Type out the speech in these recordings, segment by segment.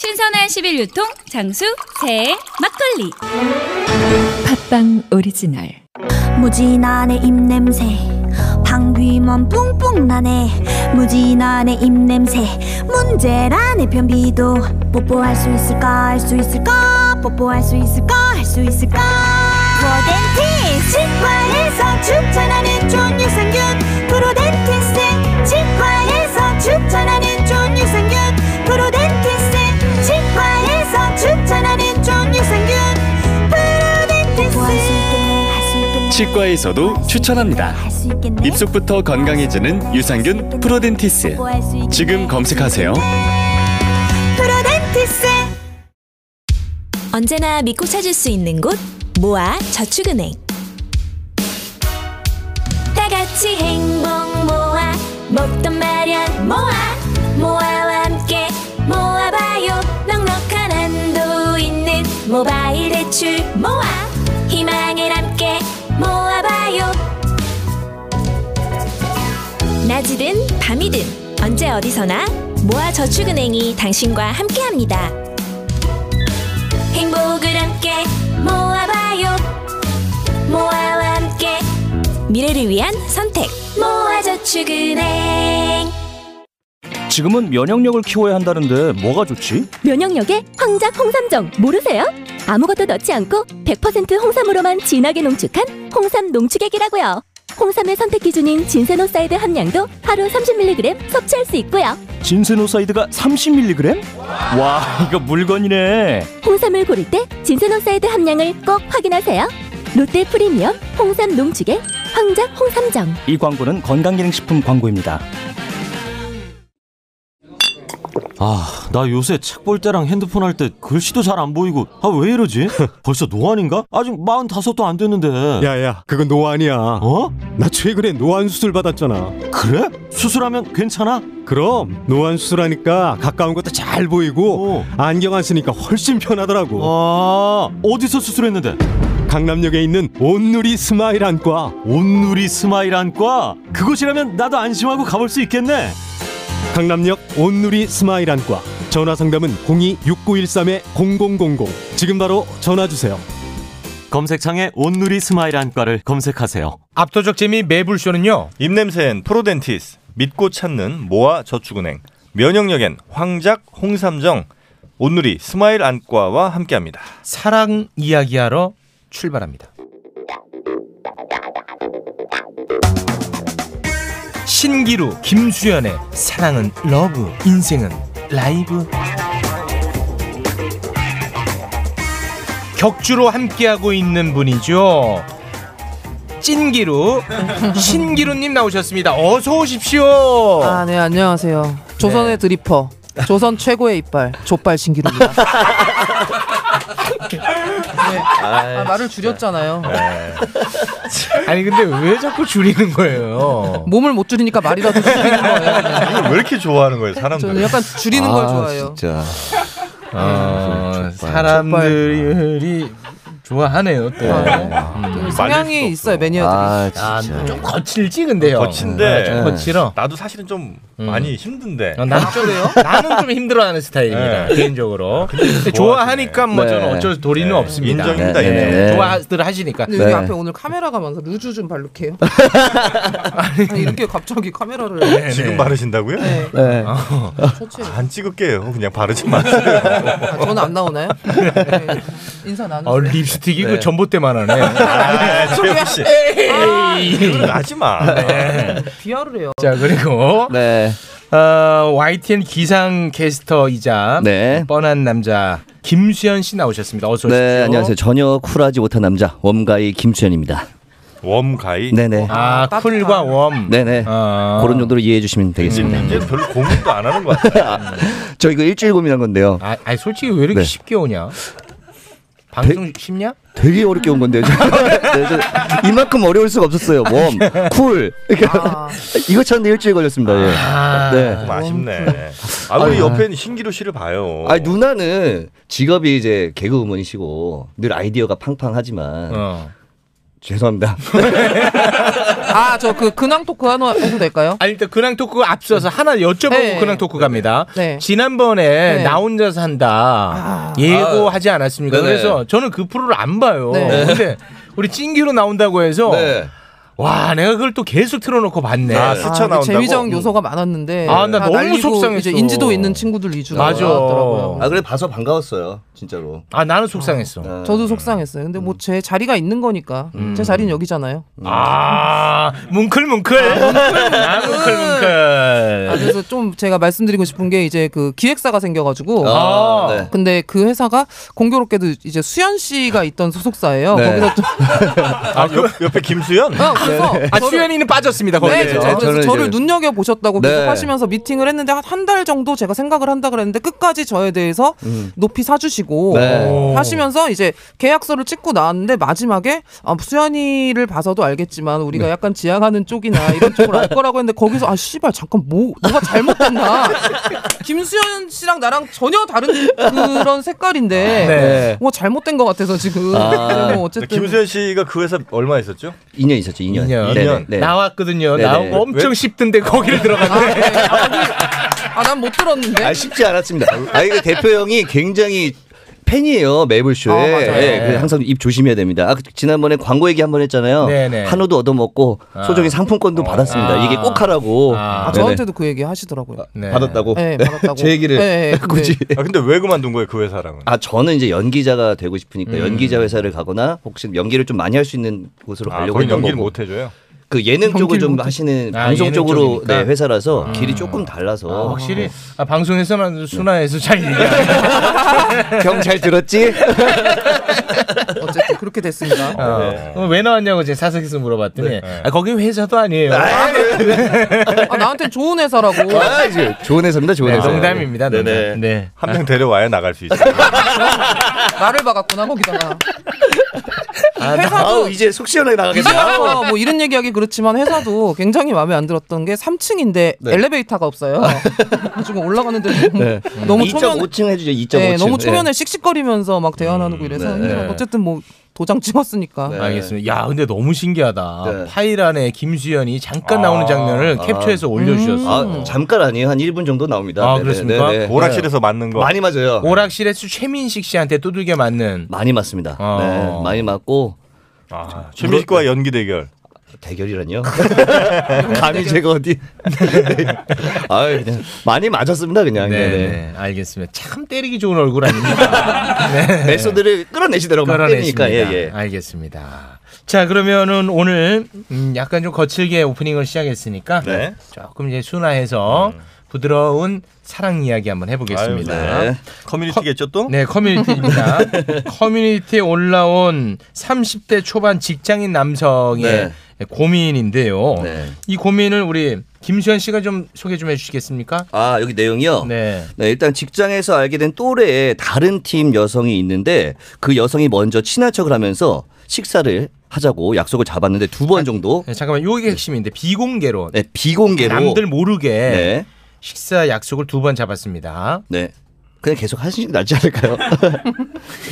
신선한 11 유통 장수 새 막걸리 팟빵 오리지널 무진한의 입냄새 방귀만 뿡뿡 나네 무진한의 입냄새 문제란의 변비도 뽀뽀할 수 있을까 할 수 있을까 뽀뽀할 수 있을까 할 수 있을까 프로덴티스 치과에서 추천하는 좋은 유산균 프로덴티스 치과에서 추천하는 좋은 유산균 프로덴티스 치과에서 추천하는 좋은 유산균 프로덴티스 뭐 치과에서도 추천합니다. 입속부터 건강해지는 유산균 프로덴티스. 지금 검색하세요. 프로덴티스 언제나 믿고 찾을 수 있는 곳 모아 저축은행 다 같이 행복 모아 먹던 마련 모아 모아와 함께 모아봐요 넉넉한 한도 있는 모바일 대출 모아 희망을 함께 모아봐요 낮이든 밤이든 언제 어디서나 모아 저축은행이 당신과 함께합니다. 행복을 함께 모아봐요 모아와 함께 미래를 위한 선택 모아저축은행 지금은 면역력을 키워야 한다는데 뭐가 좋지? 면역력에 황작 홍삼정 모르세요? 아무것도 넣지 않고 100% 홍삼으로만 진하게 농축한 홍삼 농축액이라고요. 홍삼의 선택 기준인 진세노사이드 함량도 하루 30mg 섭취할 수 있고요. 진세노사이드가 30mg? 와, 이거 물건이네. 홍삼을 고를 때 진세노사이드 함량을 꼭 확인하세요. 롯데 프리미엄 홍삼 농축액 황작 홍삼정 이 광고는 건강기능식품 광고입니다. 아, 나 요새 책 볼 때랑 핸드폰 할 때 글씨도 잘 안 보이고, 아, 왜 이러지? 벌써 노안인가? 아직 마흔다섯도 안 됐는데. 야야 그건 노안이야 어? 나 최근에 노안 수술 받았잖아 그래? 수술하면 괜찮아? 그럼 노안 수술하니까 가까운 것도 잘 어. 보이고 안경 안 쓰니까 훨씬 편하더라고 아, 어디서 수술했는데? 강남역에 있는 온누리 스마일 안과 온누리 스마일 안과? 그곳이라면 나도 안심하고 가볼 수 있겠네. 강남역 온누리 스마일 안과 전화 상담은 026913-0000 지금 바로 전화 주세요 검색창에 온누리 스마일 안과를 검색하세요. 압도적 재미 매불쇼는요. 입냄새엔 프로덴티스 믿고 찾는 모아 저축은행 면역력엔 황작 홍삼정 온누리 스마일 안과와 함께합니다. 사랑 이야기하러 출발합니다. 신기루 김수현의 사랑은 러브 인생은 라이브 격주로 함께하고 있는 분이죠. 찐기루 신기루님 나오셨습니다. 어서 오십시오. 아, 네, 안녕하세요. 네. 조선의 드리퍼. 조선 최고의 이빨, 족발 신기루입니다. 네. 아, 말을 줄였잖아요. 네. 아니 근데 왜 자꾸 줄이는 거예요? 몸을 못 줄이니까 말이라도 줄이는 거예요. 네. 이걸 왜 이렇게 좋아하는 거예요, 저는 사람들? 약간 줄이는 걸 좋아해요. 네. 진짜. 어, 사람들이 좋아하네요. 또. 음. 음. 좀 성향이 있어요, 매니아들이. 아, 좀 거칠지 근데요. 거친데. 아, 좀 거칠어. 나도 사실은 좀 음. 많이 힘든데. 아, 어, 나는 좀 나는 좀 힘들어하는 스타일입니다 네. 개인적으로. 근데 좋아하시네. 좋아하니까 뭐 네. 저는 어쩔 도리는 없습니다. 인정입니다, 네. 인정. 네. 좋아들 하시니까. 근데 여기 네. 앞에 오늘 카메라가 많아서 루즈 좀 바를게요. 아니, 이렇게 갑자기 카메라를 네, 지금 네. 바르신다고요? 아, 네, 네. 처치해요. 안 찍을게요. 그냥 바르지 마세요. 아, 저는 안 나오나요? 네. 인사 어, 나누세요. 립스틱이고 전봇대만 하네. 네. 아, 최욱 씨. 에이. 하지 마. 네. 네. 비하를 해요. 자 그리고 네. 어, YTN 기상 캐스터이자 네. 뻔한 남자 김수현 씨 나오셨습니다. 어서 오십시오. 네, 안녕하세요. 전혀 쿨하지 못한 남자 원가이 김수현입니다. 웜가이. 네, 네. 아, 따뜻한. 쿨과 웜. 네, 네. 아. 그런 정도로 이해해 주시면 되겠습니다. 이제 별로 고민도 안 하는 것 같아요. 저 이거 일주일 고민한 건데요. 아, 아니 솔직히 왜 이렇게 네. 쉽게 오냐? 방송 쉽냐? 되게 어렵게 온 건데요. 네, 저 이만큼 어려울 수가 없었어요. 웜, 쿨. 그러니까 이거 찾는데 일주일 걸렸습니다. 예. 네. 아, 좀 음, 아쉽네. 아, 우리 옆에는 신기루 씨를 봐요. 아니 누나는 직업이 이제 개그우먼이시고 늘 아이디어가 팡팡하지만 어. 죄송합니다. 아, 저 그 근황 토크 하나 해도 될까요? 아니, 일단 근황 토크 앞서서 하나 여쭤보고 네. 근황 토크 갑니다. 네. 지난번에 네. 아. 나 혼자 산다 예고하지 않았습니까? 네네. 그래서 저는 그 프로를 안 봐요. 네. 근데 우리 찐기로 나온다고 해서 네. 와, 내가 그걸 또 계속 틀어놓고 음. 봤네. 아, 그 재미적 요소가 많았는데. 아, 나 다 너무 날리고 속상했어. 이제 인지도 있는 친구들 위주로 맞아. 나왔더라고요. 아 그래 봐서 반가웠어요 진짜로. 아 나는 속상했어. 저도 속상했어요. 근데 음. 뭐 제 자리가 있는 거니까 제 자리는 여기잖아요. 아 뭉클뭉클. 아 뭉클뭉클. 아, 그래서 좀 제가 말씀드리고 싶은 게 이제 그 기획사가 생겨가지고 아, 네. 근데 그 회사가 공교롭게도 이제 수현 씨가 있던 소속사예요. 네. 거기서 좀 아, 옆, 옆에 김수현? 어, 그래서 네. 아 저를- 수현이는 빠졌습니다. 네, 거기에. 그래서 저를 눈여겨 보셨다고 네. 계속 하시면서 미팅을 했는데 한 달 정도 제가 생각을 한다 그랬는데 끝까지 저에 대해서 음. 높이 사주시고 네. 하시면서 이제 계약서를 찍고 나왔는데 마지막에 아, 수현이를 봐서도 알겠지만 우리가 약간 지향하는 쪽이나 이런 쪽을 알 거라고 했는데 거기서 아 씨발 잠깐 뭐 뭐가 잘못됐나 김수현 씨랑 나랑 전혀 다른 그런 색깔인데 네. 뭐 잘못된 것 같아서 지금 근데 뭐 어쨌든 김수현 씨가 그 회사 얼마 있었죠? 2년 있었죠. 2년. 네, 2년. 나왔거든요. 네네. 나오고 엄청 쉽던데 거기를 들어갔네. 아 난 못 들었는데 아 쉽지 않았습니다. 아 이거 대표 형이 굉장히 팬이에요 매블쇼에 아, 맞아요. 예, 그래서 항상 입 조심해야 됩니다. 아, 그 지난번에 광고 얘기 한 번 했잖아요. 네네. 한우도 얻어먹고 소정의 상품권도 받았습니다. 아. 이게 꼭 하라고. 아, 저한테도 그 얘기 하시더라고요. 받았다고? 네, 받았다고. 제 얘기를 네, 네, 굳이. 아, 근데 왜 그만둔 거예요 그 회사랑은? 아 저는 이제 연기자가 되고 싶으니까 음. 연기자 회사를 가거나 혹시 연기를 좀 많이 할 수 있는 곳으로 아, 가려고 거긴 했던 연기를 거고. 못 해줘요? 그 예능 쪽을 좀 하시는 아, 방송 예능 쪽으로 쪽이니까. 네, 회사라서 음. 길이 조금 달라서 아, 확실히 아, 방송에서만 순화해서 잘 얘기. 경 잘 들었지? 어쨌든 그렇게 됐습니다. 어. 네. 그럼 왜 나왔냐고 제 사석에서 물어봤더니 아, 거기 회사도 아니에요. 네. 아, 나한테 좋은 회사라고. 아, 좋은 회사입니다. 좋은 네, 회사. 농담입니다. 농담. 네. 한 명 데려와야 나갈 수 있어요. 나를 박았구나 거기다가. 아, 회사도 아우, 이제 속 시원하게 나가겠다. 어, 뭐 이런 얘기하기 그렇지만 회사도 굉장히 마음에 안 들었던 게 3층인데 네. 엘리베이터가 없어요. 가지고 올라가는데 너무, 너무 초면 2.5층 해주죠. 2.5층. 음, 네, 너무 초면에 씩씩거리면서 막 대화 나누고 이래서 네. 힘들어. 어쨌든 뭐 도장 찍었으니까. 네. 알겠습니다. 야, 근데 너무 신기하다. 파일 안에 김수현이 잠깐 나오는 장면을 캡처해서 올려주셨어. 아, 잠깐 아니에요. 한 1분 정도 나옵니다. 아, 네네, 그렇습니까? 네네. 오락실에서 맞는 거. 많이 맞아요. 오락실에서 최민식 씨한테 두들겨 맞는. 많이 맞습니다. 네, 많이 맞고. 아, 최민식과 연기 대결. 대결이라뇨? 감히 제가 어디? 아, 그냥 많이 맞았습니다. 그냥. 네, 네네. 네, 알겠습니다. 참 때리기 좋은 얼굴 아닙니까? 네. 메소드를 끌어내시더라고요. 막 때리니까. 끌어내십니다. 예, 예. 알겠습니다. 자, 그러면은 오늘 음, 약간 좀 거칠게 오프닝을 시작했으니까 네. 음. 조금 이제 순화해서 부드러운 사랑 이야기 한번 해보겠습니다. 아유, 네. 커뮤니티겠죠 또? 네, 커뮤니티입니다. 커뮤니티에 올라온 30대 초반 직장인 남성의 네. 고민인데요. 이 고민을 우리 김수현 씨가 좀 소개 좀 해주시겠습니까? 아 여기 내용이요. 네. 일단 직장에서 알게 된 또래의 다른 팀 여성이 있는데 그 여성이 먼저 친한 척을 하면서 식사를 하자고 약속을 잡았는데 두 아, 번 정도. 네, 잠깐만 네. 요게 핵심인데 비공개로. 네 비공개로. 남들 모르게 네. 식사 약속을 두 번 잡았습니다. 네. 그냥 계속 하시는 게 낫지 않을까요?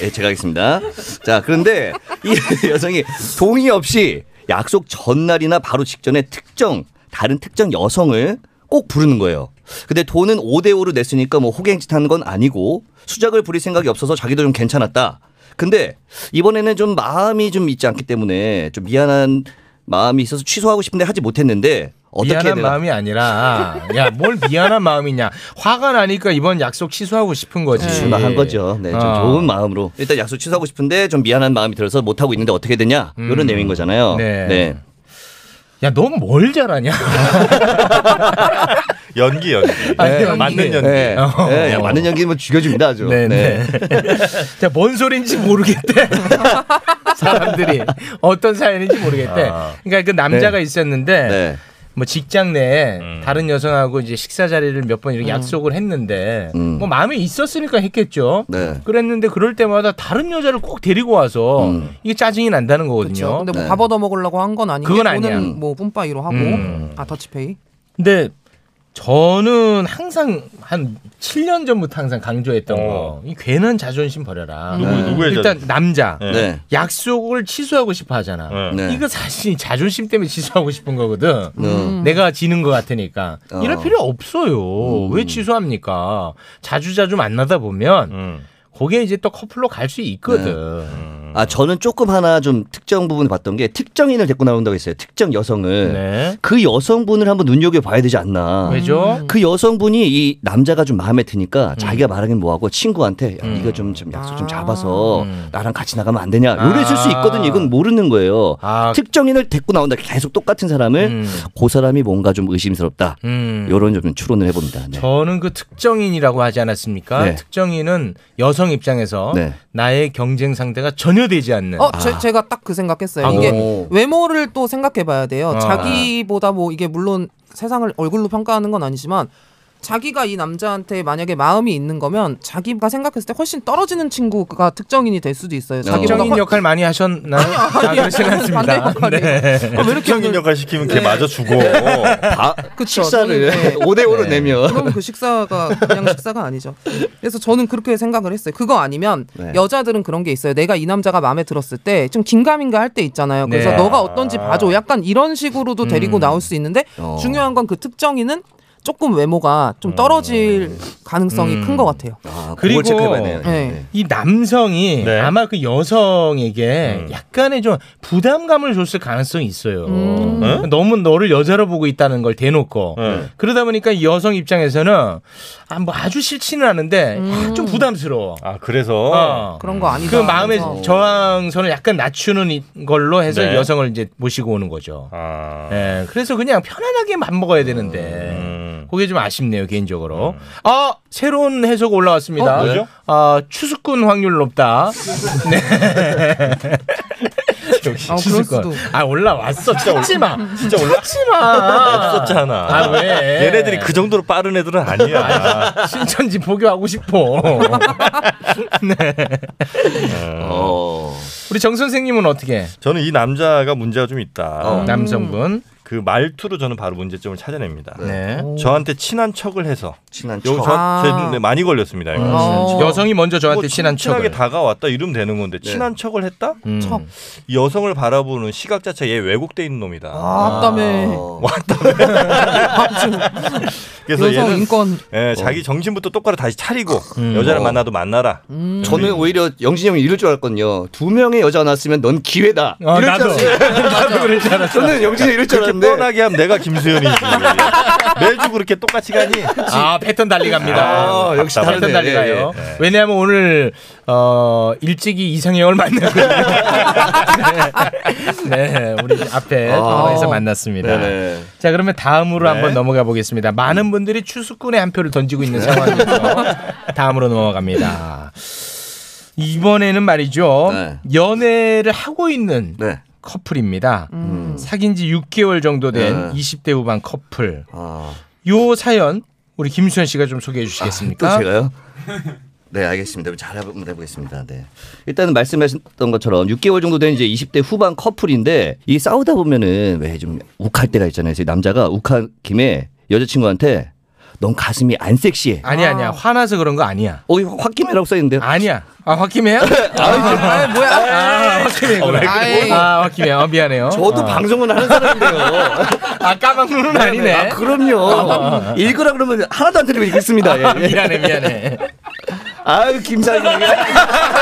네, 제가 하겠습니다. 자, 그런데 이 여성이 동의 없이 약속 전날이나 바로 직전에 특정, 다른 특정 여성을 꼭 부르는 거예요. 근데 돈은 5대5로 냈으니까 뭐 호갱짓 하는 건 아니고 수작을 부릴 생각이 없어서 자기도 좀 괜찮았다. 근데 이번에는 좀 마음이 좀 있지 않기 때문에 좀 미안한 마음이 있어서 취소하고 싶은데 하지 못했는데 어떻게 해야 미안한 되나? 마음이 아니라 야 뭘 미안한 마음이냐 화가 나니까 이번 약속 취소하고 싶은 거지. 순화한 거죠. 네, 좀 어. 좋은 마음으로 일단 약속 취소하고 싶은데 좀 미안한 마음이 들어서 못 하고 있는데 어떻게 되냐 이런 내용인 거잖아요. 음. 네. 네. 야넌뭘 잘하냐? 연기 연기. 아니, 연기. 맞는 연기. 네. 어. 네, 야, 맞는 연기 뭐 죽여줍니다 아주. 네, 네. 자뭔 소린지 모르겠대. 사람들이 어떤 사연인지 모르겠대. 아. 그러니까 그 남자가 네. 있었는데 네. 뭐 직장 내에 음. 다른 여성하고 이제 식사 자리를 몇 번 음. 이렇게 약속을 했는데 음. 뭐 마음이 있었으니까 했겠죠. 네. 그랬는데 그럴 때마다 다른 여자를 꼭 데리고 와서 음. 이게 짜증이 난다는 거거든요. 근데 네. 뭐 밥 얻어 먹으려고 한 건 아니고 그건 돈은 아니야. 뭐 뿜빠이로 하고 음. 아 더치페이. 근데 저는 항상 한 7년 전부터 항상 강조했던 거. 이 괜한 자존심 버려라. 어. 누구- 네. 누구의 일단 자존심? 남자. 네. 약속을 취소하고 싶어 하잖아. 네. 이거 사실 자존심 때문에 취소하고 싶은 거거든. 네. 음. 내가 지는 것 같으니까. 어. 이럴 필요 없어요. 음. 왜 취소합니까? 자주자주 만나다 보면 음. 그게 이제 또 커플로 갈 수 있거든. 아 저는 조금 하나 좀 특정 부분 봤던 게 특정인을 데리고 나온다고 했어요. 특정 여성을 그 여성분을 한번 눈여겨 봐야 되지 않나. 네. 왜죠? 그 여성분이 이 남자가 좀 마음에 드니까 자기가 말하긴 뭐하고 친구한테 야, 음. 네가 좀, 좀 약속 좀 잡아서 나랑 같이 나가면 안 되냐. 요랬을 아. 수 있거든. 이건 모르는 거예요. 특정인을 데리고 나온다. 계속 똑같은 사람을 그 사람이 뭔가 좀 의심스럽다. 음. 요런 좀 추론을 해봅니다. 네. 저는 그 특정인이라고 하지 않았습니까? 네. 특정인은 여성 입장에서 네. 아. 나의 경쟁 상대가 전혀 되지 않는. 어, 제, 제가 딱 그 생각했어요. 아, 이게 오. 외모를 또 생각해봐야 돼요. 아. 자기보다 뭐 이게 물론 세상을 얼굴로 평가하는 건 아니지만 자기가 이 남자한테 만약에 마음이 있는 거면 자기가 생각했을 때 훨씬 떨어지는 친구가 특정인이 될 수도 있어요. 자기보다 특정인 훨- 역할 많이 하셨나요? 아, 그렇진 않습니다. 네. 특정인 역할 시키면 걔 맞아 주고 다 그쵸, 식사를 저는, 네. 5대 5로 내면 그럼 그 식사가 그냥 식사가 아니죠. 그래서 저는 그렇게 생각을 했어요. 그거 아니면 네. 여자들은 그런 게 있어요. 내가 이 남자가 마음에 들었을 때 좀 긴가민가 할 때 있잖아요. 그래서 네. 너가 어떤지 봐줘. 약간 이런 식으로도 데리고 나올 수 있는데 어. 중요한 건 그 특정인은 조금 외모가 좀 떨어질 가능성이 음. 큰 것 같아요. 그리고 네. 이 남성이 아마 그 여성에게 음. 약간의 좀 부담감을 줬을 가능성이 있어요. 네? 너무 너를 여자로 보고 있다는 걸 대놓고 그러다 보니까 이 여성 입장에서는 아, 뭐 아주 싫지는 않은데 아, 좀 부담스러워. 아 그래서 그런 거 아니다. 그 마음의 그래서. 저항선을 약간 낮추는 이- 걸로 해서 네. 아. 여성을 이제 모시고 오는 거죠. 예, 그래서 그냥 편안하게 맘 먹어야 되는데 음. 그게 좀 아쉽네요 개인적으로. 아 새로운 해석 올라왔습니다. 어, 뭐죠? 아 추수꾼 확률 높다. 네. 아, 그럴 수도. 아 올라왔어. 진짜 찾지 마. 진짜 올라- 찾지 마. 없었잖아. 아 왜? 얘네들이 그 정도로 빠른 애들은 아니야. 신천지 포교하고 싶어. 어. 우리 정 선생님은 어떻게? 어. 저는 이 남자가 문제가 좀 있다. 어. 남성분. 그 말투로 저는 바로 문제점을 찾아냅니다. 네. 저한테 친한 척을 해서 친한 척. 아. 제 눈에 많이 걸렸습니다. 이거. 뭐 음, 어. 여성이 먼저 저한테 친한 친하게 척을. 다가왔다 이러면 되는 건데 네. 친한 척을 했다? 음. 척. 이 여성을 바라보는 시각 자체 얘 왜곡돼 있는 놈이다. 아, 왔다며. 그래서 여성 얘는 인권. 예, 자기 정신부터 똑바로 다시 차리고 여자를 어. 만나도 만나라. 저는 오히려 영진이 형이 이럴 줄 알았거든요. 두 명의 여자 낳았으면 넌 기회다. 어, 이럴 나도. 줄 알았어요. 나도 그럴 줄 알았어. 저는 영진이 이럴 줄 그렇게 알았는데. 뻔하게 하면 내가 김수현이지. 매주 그렇게 똑같이 가니. 아 패턴 달리 갑니다. 아, 아, 역시 패턴 다르네. 달리 예, 가요. 왜냐하면 오늘 어, 일찍이 이상형을 만나고 네, 우리 앞에 아. 통화에서 만났습니다. 네네. 자, 그러면 다음으로 네. 한번 넘어가 보겠습니다. 많은 분들이 추수꾼의 한 표를 던지고 있는 상황이어서 다음으로 넘어갑니다. 이번에는 말이죠. 연애를 하고 있는 커플입니다. 사귄 지 6개월 정도 된 네. 20대 후반 커플. 요 사연 우리 김수현 씨가 좀 소개해 또 주시겠습니까? 제가요? 네, 알겠습니다. 잘 한번 해보겠습니다. 네. 일단은 말씀하셨던 것처럼 6개월 정도 된 이제 20대 후반 커플인데 이 싸우다 보면은 왜 좀 욱할 때가 있잖아요. 그래서 이 남자가 욱한 김에 여자친구한테 넌 가슴이 안 섹시해. 아니 아니야. 화나서 그런 거 아니야. 어, 이거 홧김에라고 써있는데요? 아니야. 아, 홧김에야? 아, 뭐야? 아, 홧김에구나. 아이. 아, 홧김에. 아, 미안해요. 저도 아. 방송은 하는 사람인데요. 아, 까막눈은 아니네. 아, 어. 그럼요. 읽으라 그러면 하나도 안 들리면 읽습니다. 예, 아, 미안해, 미안해. 아유, 김상희.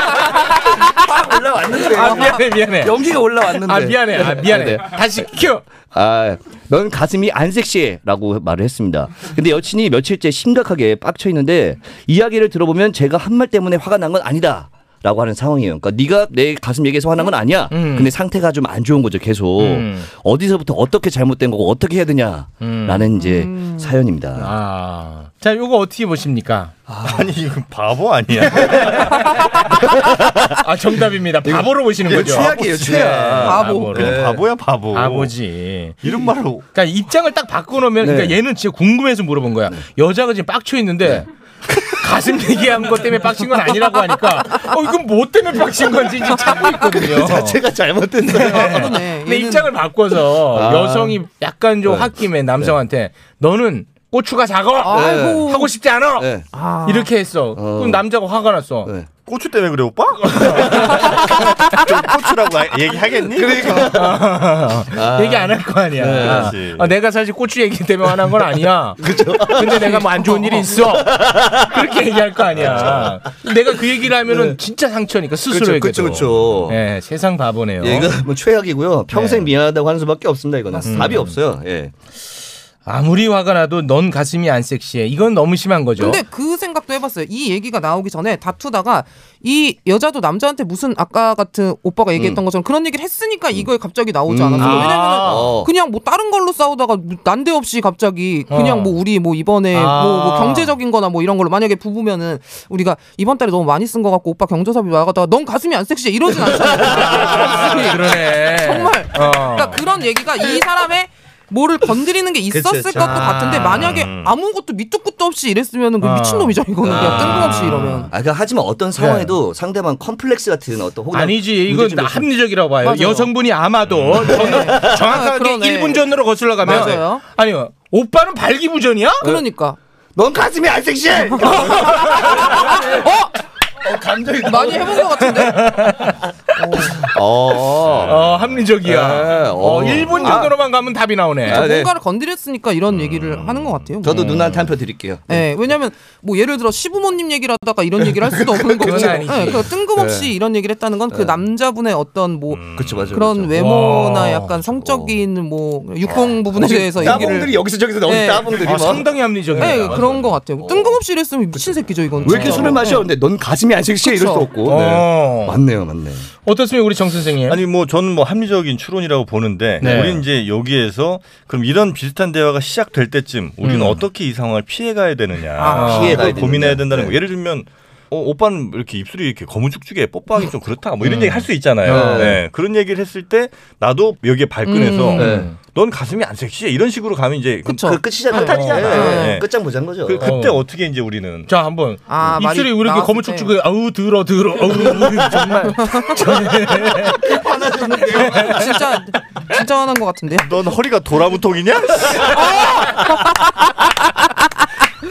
확 올라왔는데. 아, 미안해, 미안해. 연기가 올라왔는데. 아, 미안해. 아, 미안해. 네. 다시 큐. 아, 넌 가슴이 안 섹시해라고 말을 했습니다. 근데 여친이 며칠째 심각하게 빡쳐 있는데 이야기를 들어보면 제가 한 말 때문에 화가 난 건 아니다. 라고 하는 상황이에요. 그러니까 네가 내 가슴 얘기해서 화난 건 아니야. 음. 근데 상태가 좀 안 좋은 거죠. 계속 음. 어디서부터 어떻게 잘못된 거고 어떻게 해야 되냐라는 이제 사연입니다. 음. 아, 자, 요거 어떻게 보십니까? 그러니까 아니, 그 이거 바보 아니야? 아, 정답입니다. 바보로 보시는 이거 거죠. 최악이에요, 최악. 바보. 네. 그냥 바보야, 아, 바보. 바보지. 이런 말로. 그러니까 입장을 딱 바꿔놓으면, 네. 그러니까 얘는 진짜 궁금해서 물어본 네. 거야. 여자가 지금 빡쳐 있는데. 가슴 얘기한 것 때문에 빡친 건 아니라고 하니까 어 이건 뭐 때문에 빡친 건지 지금 찾고 있거든요. 그 자체가 잘못된 근데 입장을 바꿔서 아. 네. 여성이 약간 좀 홧김에 남성한테 너는 고추가 작아. 네. 아이고. 하고 싶지 않아. 이렇게 했어. 그럼 남자가 화가 났어. 네. 고추 때문에 그래 오빠? 고추라고 하- 얘기하겠니? 그렇죠. 그러니까 얘기 안 할 거 아니야. 네, 그렇지. 아, 내가 사실 고추 얘기 때문에 화난 건 아니야. 근데 내가 뭐 안 좋은 일이 있어. 그렇게 얘기할 거 아니야. 내가 그 얘기를 하면은 진짜 상처니까 스스로에게도. 네. 그렇죠, 그렇죠. 예, 세상 바보네요. 네. 예, 이거 뭐 최악이고요. 평생 미안하다고 하는 수밖에 없습니다. 이거는 음. 답이 없어요. 예. 아무리 화가 나도 넌 가슴이 안 섹시해. 이건 너무 심한 거죠. 근데 그 생각도 해봤어요. 이 얘기가 나오기 전에 다투다가 이 여자도 남자한테 무슨 아까 같은 오빠가 얘기했던 음. 것처럼 그런 얘기를 했으니까 이거에 갑자기 나오지 음. 않았어요. 아. 왜냐면 어. 은 그냥 뭐 다른 걸로 싸우다가 난데없이 갑자기 그냥 어. 뭐 우리 뭐 이번에 아. 뭐, 뭐 경제적인 거나 뭐 이런 걸로 만약에 부부면은 우리가 이번 달에 너무 많이 쓴 것 같고 오빠 경조사비 나가다가 넌 가슴이 안 섹시해 이러진 않잖아요. 그러네. 정말. 어. 그러니까 그런 얘기가 이 사람의 뭐를 건드리는 게 있었을 그치, 그치. 것도 아. 같은데 만약에 아무것도 밑도 끝도 없이 이랬으면 그 아. 미친놈이죠 이거는 그냥 뜬금없이 이러면 네. 아, 그러니까 하지만 어떤 상황에도 상대방 컴플렉스 같은 어떤 혹은 아니지 이건 문제점이 있으면 합리적이라고 봐요. 맞아요. 음. 네. 아, 여성분이 아마도 정- 정확하게 그러네. 1분 전으로 거슬러 가면 맞아요. 아니요. 오빠는 발기부전이야? 그러니까. 넌 가슴이 안 섹시해. 감정이 많이 해본 것 같은데. 어, 합리적이야. 예, 어, 어. 아, 1분 정도로만 가면 답이 나오네. 음. 그러니까 뭔가를 건드렸으니까 이런 얘기를 하는 것 같아요. 뭐. 저도 누나한테 한 표 드릴게요. 예, 왜냐면 뭐 예를 들어 시부모님 얘기를 하다가 이런 얘기를 할 수도 없는 거고. 그건 예, 아니지. 그러니까 뜬금없이 네. 이런 얘기를 했다는 건 그 네. 남자분의 어떤 뭐 그렇죠, 맞아요. 그런 맞아요. 외모나 와. 약간 성적인 뭐 육성 부분에 지금 대해서 따봉들이 얘기를 여기서 저기서 나오는 따봉들이 뭐. 막. 아, 상당히 합리적이네. 네, 그런 것 같아요. 그런 거 이랬으면 미친 새끼죠 이건. 왜 이렇게 진짜로. 네. 술을 마셔? 근데 넌 가슴이 안 섹시해 이럴 수 그쵸. 없고. 네. 어. 맞네요, 맞네. 어떻습니까 우리 정 선생님? 아니 뭐 저는 뭐 합리적인 추론이라고 보는데 네. 우리는 이제 여기에서 그럼 이런 비슷한 대화가 시작될 때쯤 우리는 음. 어떻게 이 상황을 피해가야 되느냐 아, 피해가야 그걸 고민해야 되는데. 된다는 거. 예를 들면 어, 오빠는 이렇게 입술이 이렇게 거무죽죽해 뽀뽀하기 좀 그렇다 뭐 이런 음. 얘기 할 수 있잖아요. 어. 네. 그런 얘기를 했을 때 나도 여기에 발끈해서 음. 네. 넌 가슴이 안 섹시해 이런 식으로 가면 이제 그, 그 끝이잖아요. 파탄이잖아요. 네. 네. 끝장 보자는 거죠. 그, 그때 어. 떻게 이제 우리는 자 한번 아, 입술이 왜 이렇게 거무축축해? 아우 더러 더러. 아우 정말. 진짜 진짜 화난 것 같은데. 넌 허리가 도라무통이냐?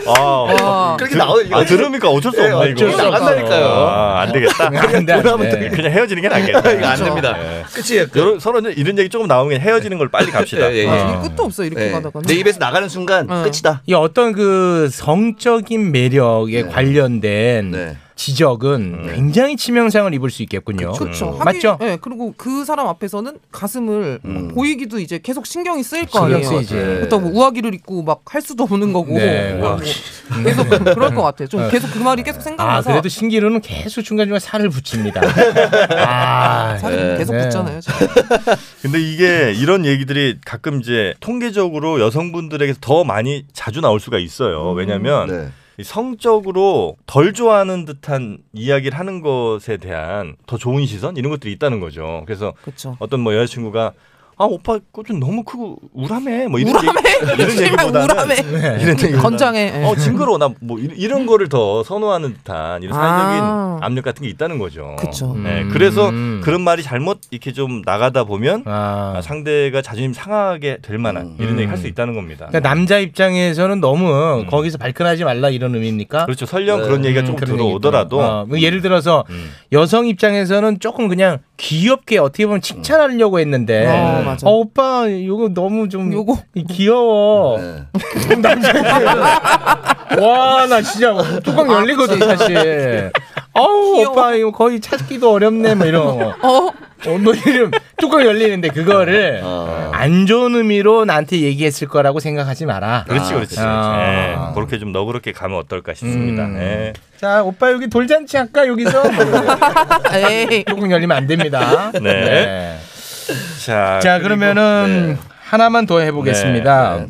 아, 그렇게 나와요, 이거. 아, 들으니까 어쩔 수 예, 없네 이거. 어쩔 수 없다니까요. 아, 안 되겠다. 안 네. 돼, 안 그러면 돼. 그냥 헤어지는 게 낫겠다. 이거 안 됩니다. 끝이에요. 여러, 서로 이제 이런 얘기 조금 나오면 헤어지는 걸 빨리 갑시다. 예, 예, 예. 어. 끝도 없어 아, 이렇게 가다가. 내 입에서 나가는 순간 끝이다. 네. 이 어떤 그 성적인 매력에 관련된 음. 지적은 굉장히 치명상을 입을 수 있겠군요. 그렇죠. 하긴- 맞죠? 예, 그리고 그 사람 앞에서는 가슴을 음. 막 보이기도 이제 계속 신경이 쓰일 거 신경 아니에요. 쓰이지. 네. 그렇다고 뭐 우아기를 입고 막 할 수도 없는 거고. 네, 뭐 우아기. 계속 그럴 것 같아요. 좀 네. 계속 그 말이 계속 아 생각나서. 그래도 신기루는 계속 중간중간 살을 붙입니다. 아, 살을 네. 계속 네. 붙잖아요. 근데 이게 이런 얘기들이 가끔 이제 통계적으로 여성분들에게 더 많이 자주 나올 수가 음. 있어요. 왜냐하면 이 성적으로 덜 좋아하는 듯한 이야기를 하는 것에 대한 더 좋은 시선 이런 것들이 있다는 거죠. 그래서 어떤 뭐 여자친구가 아 오빠 꽃은 너무 크고 우람해 뭐 이런 우람해? 얘기, 이런 씨발, 얘기보다는 우람해. 네. 이런 얘기보다는 건장해. 어 징그러워 나뭐 이런 거를 더 선호하는 듯한 이런 사회적인 아. 압력 같은 게 있다는 거죠. 그쵸. 네, 음. 그래서 그런 말이 잘못 이렇게 좀 나가다 보면 아, 상대가 자존심 상하게 될 만한 이런 음. 얘기 할 수 있다는 겁니다. 그러니까 남자 입장에서는 너무 거기서 발끈하지 말라 이런 의미입니까? 음. 네. 음, 그렇죠. 설령 그런 얘기가 조금 그런 들어오더라도. 음. 얘기구나. 어, 뭐 예를 들어서 여성 입장에서는 조금 그냥 귀엽게 어떻게 보면 칭찬하려고 했는데 어, 어, 맞아. 오빠 요거 너무 좀 귀여워. 네. 와나 진짜 뚜껑 열리거든 아, 진짜. 사실. 어우 오빠 이거 거의 찾기도 어렵네 뭐 이런 거. 어? 뭐 이름 뚜껑 열리는데 그거를 어. 안 좋은 의미로 나한테 얘기했을 거라고 생각하지 마라. 그렇지, 그렇지. 아. 예, 그렇게 좀 너그럽게 가면 어떨까 싶습니다. 예. 자 오빠 여기 돌잔치 할까 여기서 뭐 에이. 뚜껑 열리면 안 됩니다. 네. 자, 자 아, 그리고- 네. 그러면은 하나만 더 해보겠습니다.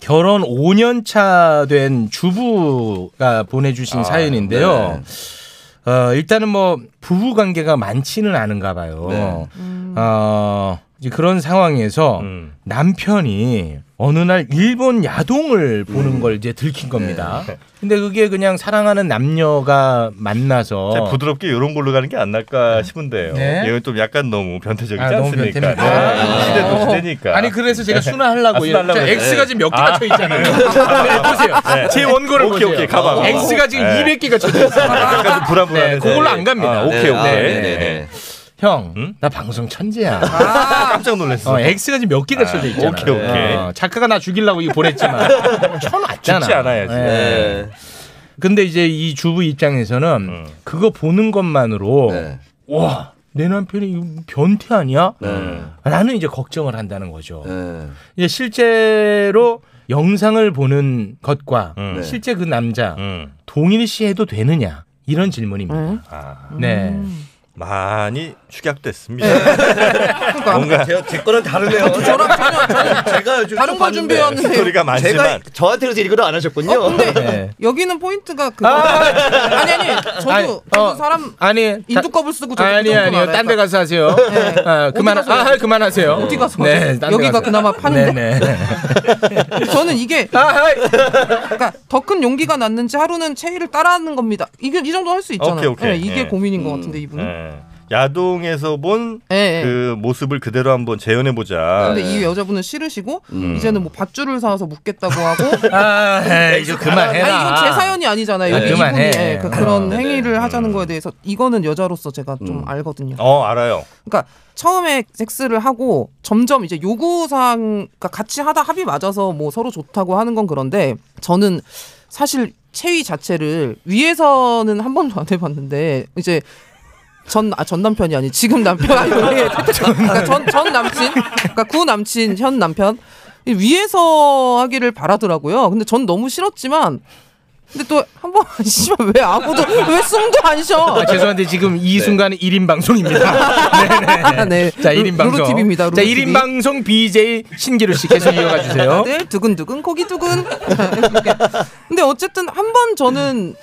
결혼 5년 차 된 주부가 보내주신 아, 네. 사연인데요. 네. 어, 일단은 뭐 부부 관계가 많지는 않은가 봐요. 어, 이제 그런 상황에서 음. 남편이 어느 날 일본 야동을 음. 보는 걸 이제 들킨 겁니다. 네. 근데 그게 그냥 사랑하는 남녀가 자, 만나서 부드럽게 이런 걸로 가는 게 안 날까 싶은데요. 네. 얘는 좀 약간 너무 변태적이지 아, 너무 않습니까? 변태입니다. 네. 아. 시대도 시대니까. 아니, 그래서 제가 순화하려고 예. 아, 순화하려고 자, 그랬어요. X가 지금 몇개 아. 쳐져 있잖아요. 네, 보세요. 제 원고를 오케이, 보세요. 오케이, 가봐. 가봐. X가 지금 네. 200개가 쳐져 있어요. 약간 좀 불안불안해. 네, 그걸로 안 갑니다. 아, 네. 오케이, 오케이. 형, 음? 나 방송 천재야. 아, 깜짝 놀랐어. 어, X가 지금 몇 개가 아, 쳐져 있잖아. 오케이, 오케이. 어, 작가가 나 죽이려고 이거 보냈지만 처음 왔잖아. 죽지 않아야지. 예. 네. 근데 이제 이 주부 입장에서는 음. 그거 보는 것만으로 네. 와. 내 남편이 이거 변태 아니야? 네. 라는 이제 걱정을 한다는 거죠. 이제 실제로 영상을 보는 것과 네. 음. 실제 그 남자 음. 동일시해도 되느냐 이런 질문입니다. 아. 음. 네. 음. 많이 축약됐습니다. 네. 그러니까. 뭔가 제- 제 거랑 다르네요. 네, 저랑 제가 좀 아, 다른 거 봤는데. 준비했는데. 스토리가 많지만. 제가 저한테 그래서 이거를 안 하셨군요. 어, 네. 여기는 포인트가 그거. 아! 아니 아니 저도 아니, 어. 저도 사람 아니 인두껍을 쓰고 저도 아니 그 정도는 아니요 딴 데 알아요. 가서 하세요. 아, 그만 네. 어디 가서 아 그만하세요. 어디 가서 네, 딴데 여기가 가서. 그나마 파는데? 네, 네. 아, 저는 이게 그러니까 더 큰 용기가 났는지 하루는 체위를 따라하는 겁니다. 이게 이 정도 할 수 있잖아요. 오케이, 오케이. 네, 이게 예. 고민인 음. 것 같은데 이분은. 예. 야동에서 본 그 예, 예. 모습을 그대로 한번 재현해 아, 보자. 예. 근데 이 여자분은 싫으시고 음. 이제는 뭐 밧줄을 사와서 묶겠다고 하고 아, 에이, 이거 그만해라. 네, 아니 이건 제 사연이 아니잖아요. 아, 여기 이분이 그만해. 아, 네. 음. 예, 그, 런 행위를 하자는 거에 대해서 이거는 여자로서 제가 좀 알거든요. 어 알아요. 그러니까 처음에 섹스를 하고 점점 이제 요구사항 그러니까 같이 하다 합이 맞아서 뭐 서로 좋다고 하는 건 그런데 저는 사실 체위 자체를 위에서는 한 번도 안 해봤는데 이제 전, 아, 전 남편이 아니 지금 남편 아니 우리 그러니까 전, 전 남친 그러니까 구 남친 현 남편 이 위에서 하기를 바라더라고요 근데 전 너무 싫었지만 근데 또 한번 씨발 왜 아무도 왜 숨도 안 쉬어 아, 죄송한데 지금 네. 이 순간은 1인 방송입니다. 네, 네. 자, 1인 방송. 루루TV입니다, 자, 1인 루루TV. 방송 BJ 신기루 씨 계속 이어가 주세요. 네. 다들 두근두근 고기 두근. 근데 어쨌든 한 번 저는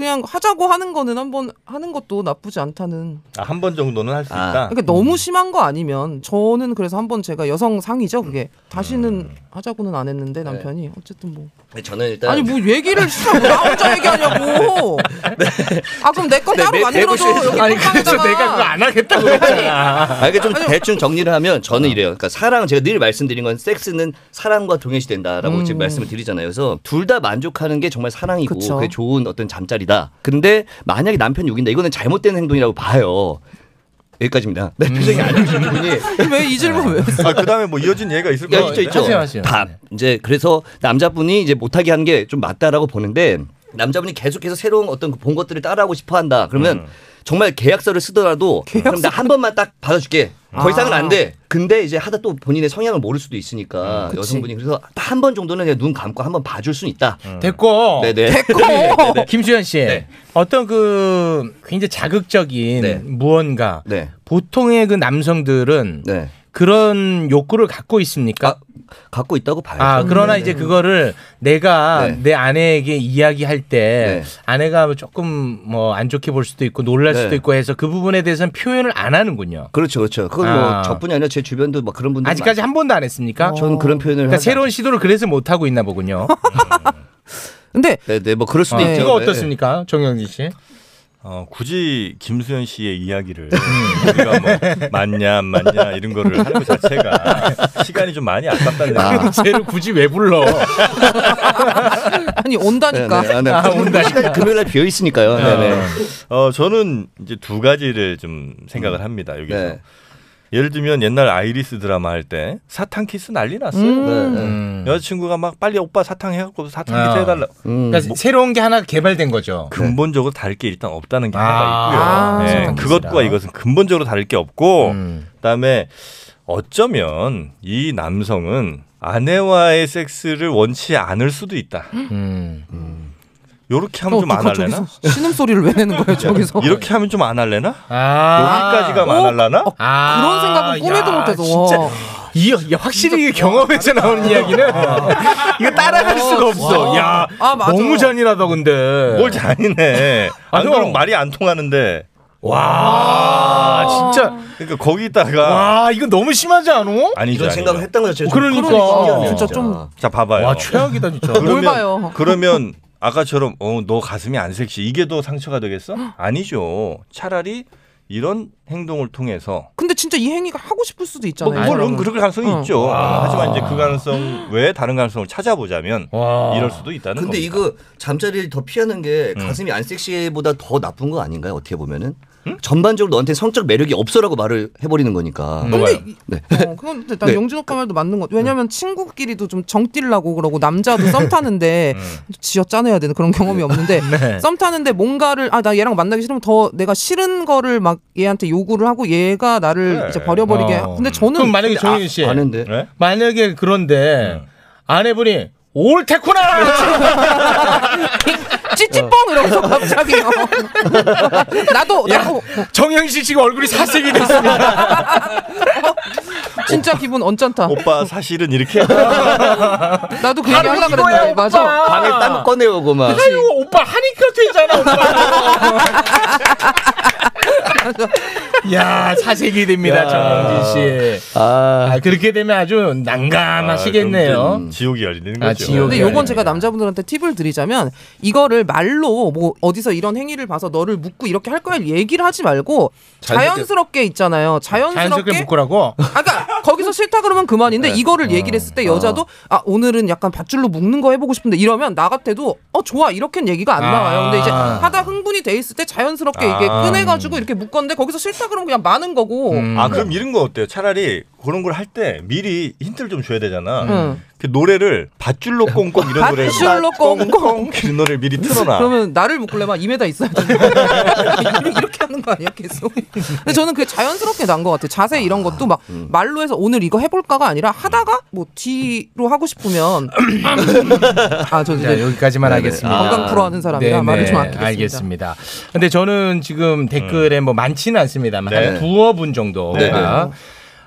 그냥 하자고 하는 거는 한 번 하는 것도 나쁘지 않다는. 아, 한 번 정도는 할 수 아. 있다. 그러니까 너무 심한 거 아니면 저는 그래서 한 번 제가 여성 상이죠 그게 다시는 하자고는 안 했는데 남편이 어쨌든 뭐 저는 일단 아니 뭐 얘기를 싫어 나 혼자 얘기하냐고 아 그럼 내 거 네, 따로 네, 만들어줘 내고 싶- 여기 아니, 팟빵에다가. 그래서 내가 그거 안 하겠다고 했잖아. 아, 이게 좀 대충 정리를 하면 저는 이래요. 그러니까 사랑 제가 늘 말씀드린 건 섹스는 사랑과 동일시 된다라고 음. 지금 말씀을 드리잖아요. 그래서 둘 다 만족하는 게 정말 사랑이고 그쵸. 그게 좋은 어떤 잠자리다. 근데 만약에 남편이 우긴다 이거는 잘못된 행동이라고 봐요. 여기까지입니다. 네, 표정이 안 좋으신 분이 왜 이 질문 왜 아, 그다음에 뭐 이어진 얘가 있을 야, 거예요. 있죠, 있죠. 다 네. 이제 그래서 남자분이 이제 못하게 한 게 좀 맞다라고 보는데 남자분이 계속해서 새로운 어떤 그본 것들을 따라하고 싶어한다. 그러면 음. 정말 계약서를 쓰더라도 그럼 나 한 번만 딱 받아줄게. 더 이상은 안 돼. 근데 이제 하다 또 본인의 성향을 모를 수도 음. 있으니까 그치. 여성분이 그래서 한 번 정도는 그냥 눈 감고 한 번 봐줄 수는 있다. 음. 됐고. 네네. 네. 됐고. 김수현 씨. 어떤 그 굉장히 자극적인 무언가 네. 보통의 그 남성들은 그런 욕구를 갖고 있습니까? 아, 갖고 있다고 봐요. 아, 그러나 네, 이제 네. 그거를 내가 내 아내에게 이야기할 때 아내가 조금 뭐 안 좋게 볼 수도 있고 놀랄 네. 수도 있고 해서 그 부분에 대해서는 표현을 안 하는군요. 그렇죠, 그렇죠. 그건 아. 뭐 저뿐이 아니라 제 주변도 막 그런 분들 아직까지 한 번도 안 했습니까? 저는 그런 표현을 그러니까 하지 새로운 시도를 그래서 못 하고 있나 보군요. 근데 네네 뭐 그럴 수도 아, 있죠. 이거 네. 어떻습니까, 정영진 씨? 어, 굳이 김수현 씨의 이야기를 우리가 뭐 맞냐 안 맞냐 이런 거를 하는 것 자체가 시간이 좀 많이 아깝다는 아. 쟤를 굳이 왜 불러? 아니 온다니까 네, 네. 시간이 그 금요일 날 비어 있으니까요. 네, 네. 어, 저는 이제 두 가지를 좀 음. 생각을 합니다. 여기서. 네. 예를 들면 옛날 아이리스 드라마 할 때 사탕 키스 난리 났어요. 음. 네, 음. 여자친구가 막 빨리 오빠 사탕 해갖고 사탕 키스 아. 해달라. 음. 뭐 그러니까 새로운 게 하나 개발된 거죠. 근본적으로 다를 게 일단 없다는 게 아, 하나 있고요. 네, 사탕 그것과 키스랑. 이것은 근본적으로 다를 게 없고 그다음에 어쩌면 이 남성은 아내와의 섹스를 원치 않을 수도 있다. 음. 요렇게 하면 어, 좀 안 누가 할래나? 저기서 신음 소리를 왜 내는 거예요 저기서 이렇게 하면 좀 안 할래나? 아. 여기까지가 안 할라나? 그런 생각은 꿈에도 못해서 진짜 이 야, 확실히 이게 경험에서 아, 나오는 이야기는 이거 따라갈 수가 없어. 와. 야 아, 맞아. 너무 잔인하다 근데. 뭘 잔인해. 아, 안 형. 그러면 말이 안 통하는데. 와, 진짜. 그러니까 거기다가 와, 이거 너무 심하지 않아? 아니죠, 이런 생각을 아니죠. 했던 거죠. 제가 좀 그러니까. 신기하네요, 진짜 자 봐봐요. 와, 최악이다, 진짜. 그러면- 뭘 봐요. 그러면 아까처럼 어 너 가슴이 안 섹시 이게 더 상처가 되겠어? 아니죠. 차라리 이런 행동을 통해서 근데 진짜 이 행위가 하고 싶을 수도 있잖아요. 뭐 물론 그럴 가능성이 어. 있죠. 와. 하지만 이제 그 가능성 외에 다른 가능성을 찾아보자면 이럴 수도 있다는 근데 겁니다. 이거 잠자리를 더 피하는 게 음. 가슴이 안 섹시보다 더 나쁜 거 아닌가요? 어떻게 보면은 전반적으로 너한테 성적 매력이 없어라고 말을 해버리는 거니까. 음. 근데 뭐가요? 네. 어, 그건 근데 난 네. 영준 오빠 말도 맞는 것 같아. 왜냐면 친구끼리도 좀 정띠려고 그러고 남자도 썸 타는데 지어 짜내야 되는 그런 경험이 없는데 네. 썸 타는데 뭔가를 아 나 얘랑 만나기 싫으면 더 내가 싫은 거를 막 얘한테 요구를 하고 얘가 나를 그래. 이제 버려버리게. 어. 하- 근데 저는 아, 그럼 만약에 정윤 씨, 만약에 그런데 아내분이 옳다구나. 찌찌뽕 어. 이러면서 갑자기 어. 나도 나도 정영식 지금 얼굴이 사색이 됐습니다. 진짜 기분 언짢다. 오빠 사실은 이렇게 나도 그 얘기 바로 하려 이거야, 그랬는데 맞아. 오빠. 방에 딴거 꺼내오고 막. 아유 오빠 하니까 되잖아 오빠. 야 사색이 됩니다 야. 정영진 씨. 아... 그렇게 되면 아주 난감하시겠네요. 아, 좀 지옥이 열리는 거죠. 근데 요건 제가 남자분들한테 팁을 드리자면 이거를 말로 뭐 어디서 이런 행위를 봐서 너를 묻고 이렇게 할 거야 얘기를 하지 말고 자연스럽게- 자연스럽게 있잖아요. 자연스럽게 자연스럽게 아, 그러니까 묶으라고. 네. 아, 거기서 싫다 그러면 그만인데 이거를 얘기를 했을 때 여자도 아 오늘은 약간 밧줄로 묶는 거 해보고 싶은데 이러면 나 같아도 어 좋아 이렇게는 얘기가 안 아. 나와요. 근데 이제 하다 흥분이 돼 있을 때 자연스럽게 이게 아. 꺼내가지고 이렇게 묶었는데 거기서 싫다 그러면 그냥 마는 거고. 음. 아 그럼 이런 거 어때요? 차라리 그런 걸 할 때 미리 힌트를 좀 줘야 되잖아. 음. 그 노래를 밧줄로 꽁꽁 이런 노래 밧줄로 꽁꽁 이런 그 노래를 미리 틀어놔. 그러면 나를 묶으려면 2m 있어야 돼. 이렇게 하는 거 아니야 계속. 근데 저는 그게 자연스럽게 난 것 같아. 자세 이런 것도 막 음. 말로 해서 오늘 이거 해볼까가 아니라 하다가 뭐 뒤로 하고 싶으면 아저 네, 자, 여기까지만 하겠습니다. 네, 건강 프로하는 사람이라 말을 좀 아끼겠습니다. 알겠습니다. 근데 저는 음. 지금 댓글에 뭐 많지는 않습니다만 네. 한 두어 분 정도가 네, 네.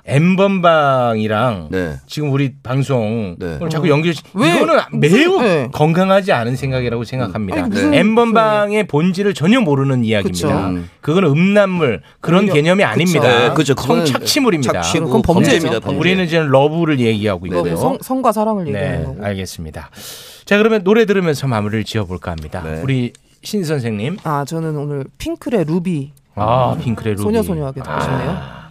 엠번방이랑 네. 지금 우리 방송 오늘 자꾸 연결 왜? 이거는 무슨- 매우 네. 건강하지 않은 생각이라고 생각합니다. 아니, 무슨 네. 엠번방의 본질을 전혀 모르는 이야기입니다. 그쵸. 그건 음란물 그런 음료. 개념이 아닙니다. 음. 네, 그쵸. 그거는 성착취물입니다. 착취고 그건 범죄입니다, 우리는 범죄. 우리는 이제 러브를 얘기하고 이거 있고요. 네, 뭐 성, 성과 사랑을 얘기하는 네, 거고. 알겠습니다. 자, 그러면 노래 들으면서 마무리를 지어볼까 합니다. 네. 우리 신 선생님. 아 저는 오늘 핑클의 루비. 아, 핑클의 루비. 아. 소녀소녀하게 듣고 싶네요.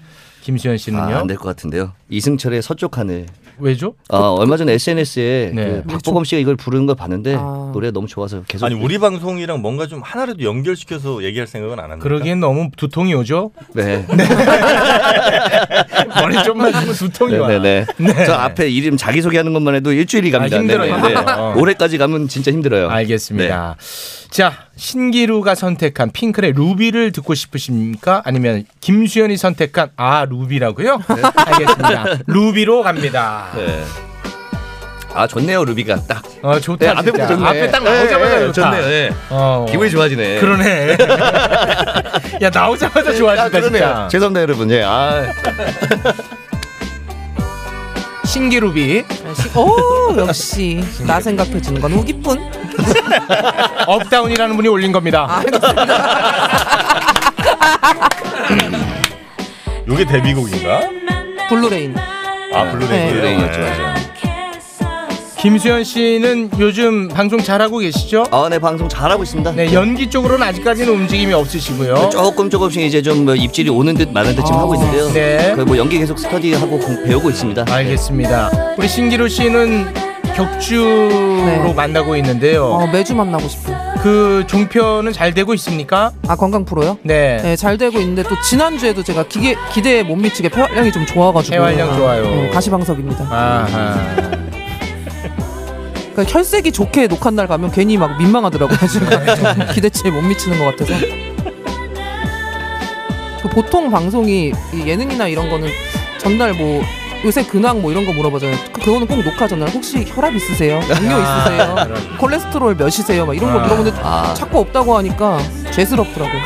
김수현 씨는요? 아, 안 될 것 같은데요. 이승철의 서쪽 하늘. 왜죠? 네. 아, 얼마 전에 SNS에 그 박보검 씨가 이걸 부르는 걸 봤는데 노래가 너무 좋아서 계속. 아니 우리 방송이랑 뭔가 좀 하나라도 연결시켜서 얘기할 생각은 안 합니다. 그러기엔 너무 두통이 오죠? 네. 머리 좀만 주면 두통이 와. 네네네. 저 앞에 이름 자기 소개하는 것만 해도 일주일이 갑니다. 아, 힘들어요. 네네. 네. 어. 올해까지 가면 진짜 힘들어요. 알겠습니다. 자, 신기루가 선택한 핑클의 루비를 듣고 싶으십니까? 아니면 김수현이 선택한 아, 루비라고요? 알겠습니다. 루비로 갑니다. 네. 아 좋네요 루비가 딱. 아 좋다. 앞에 진짜. 보고 좋네. 앞에 딱 나오자마자 예, 예, 좋다. 좋네요. 예. 어. 기분이 좋아지네. 그러네. 야 나오자마자 아, 좋아진다 그러네요. 진짜. 죄송합니다 여러분. 예. 아. 신기루비. 아, 오 역시 나 생각해주는 건 우기뿐. 업다운이라는 분이 아, 올린 겁니다. 이게 데뷔곡인가? 블루레인. 아 블루레인. 블루레인 맞죠, 김수현 씨는 요즘 방송 잘하고 계시죠? 아, 네 방송 잘하고 있습니다. 네 연기 쪽으로는 아직까지는 움직임이 없으시고요. 뭐 아, 조금 조금씩 이제 좀뭐 입질이 오는 듯 많은 듯 지금 하고 있는데요. 네. 그뭐 연기 계속 스터디하고 공- 배우고 있습니다. 네. 알겠습니다. 우리 신기루 씨는 격주로 만나고 있는데요. 어, 매주 만나고 싶어. 그 종편은 잘 되고 있습니까? 아 건강 프로요? 네. 네, 잘 되고 있는데 또 지난 주에도 제가 기계 기대에 못 미치게 폐활량이 좀 좋아가지고 폐활량 좋아요. 음, 가시방석입니다. 아하. 그러니까 혈색이 좋게 녹한 날 가면 괜히 막 민망하더라고요. 제가 네. 기대치에 못 미치는 것 같아서. 그 보통 방송이 이 예능이나 이런 거는 전날 뭐 요새 근황 뭐 이런 거 물어보잖아요. 그- 그거는 꼭 녹화 전날 혹시 혈압 있으세요? 당뇨 아. 있으세요? 콜레스테롤 몇이세요? 막 이런 거 아. 물어보는데 아. 자꾸 없다고 하니까 죄스럽더라고요.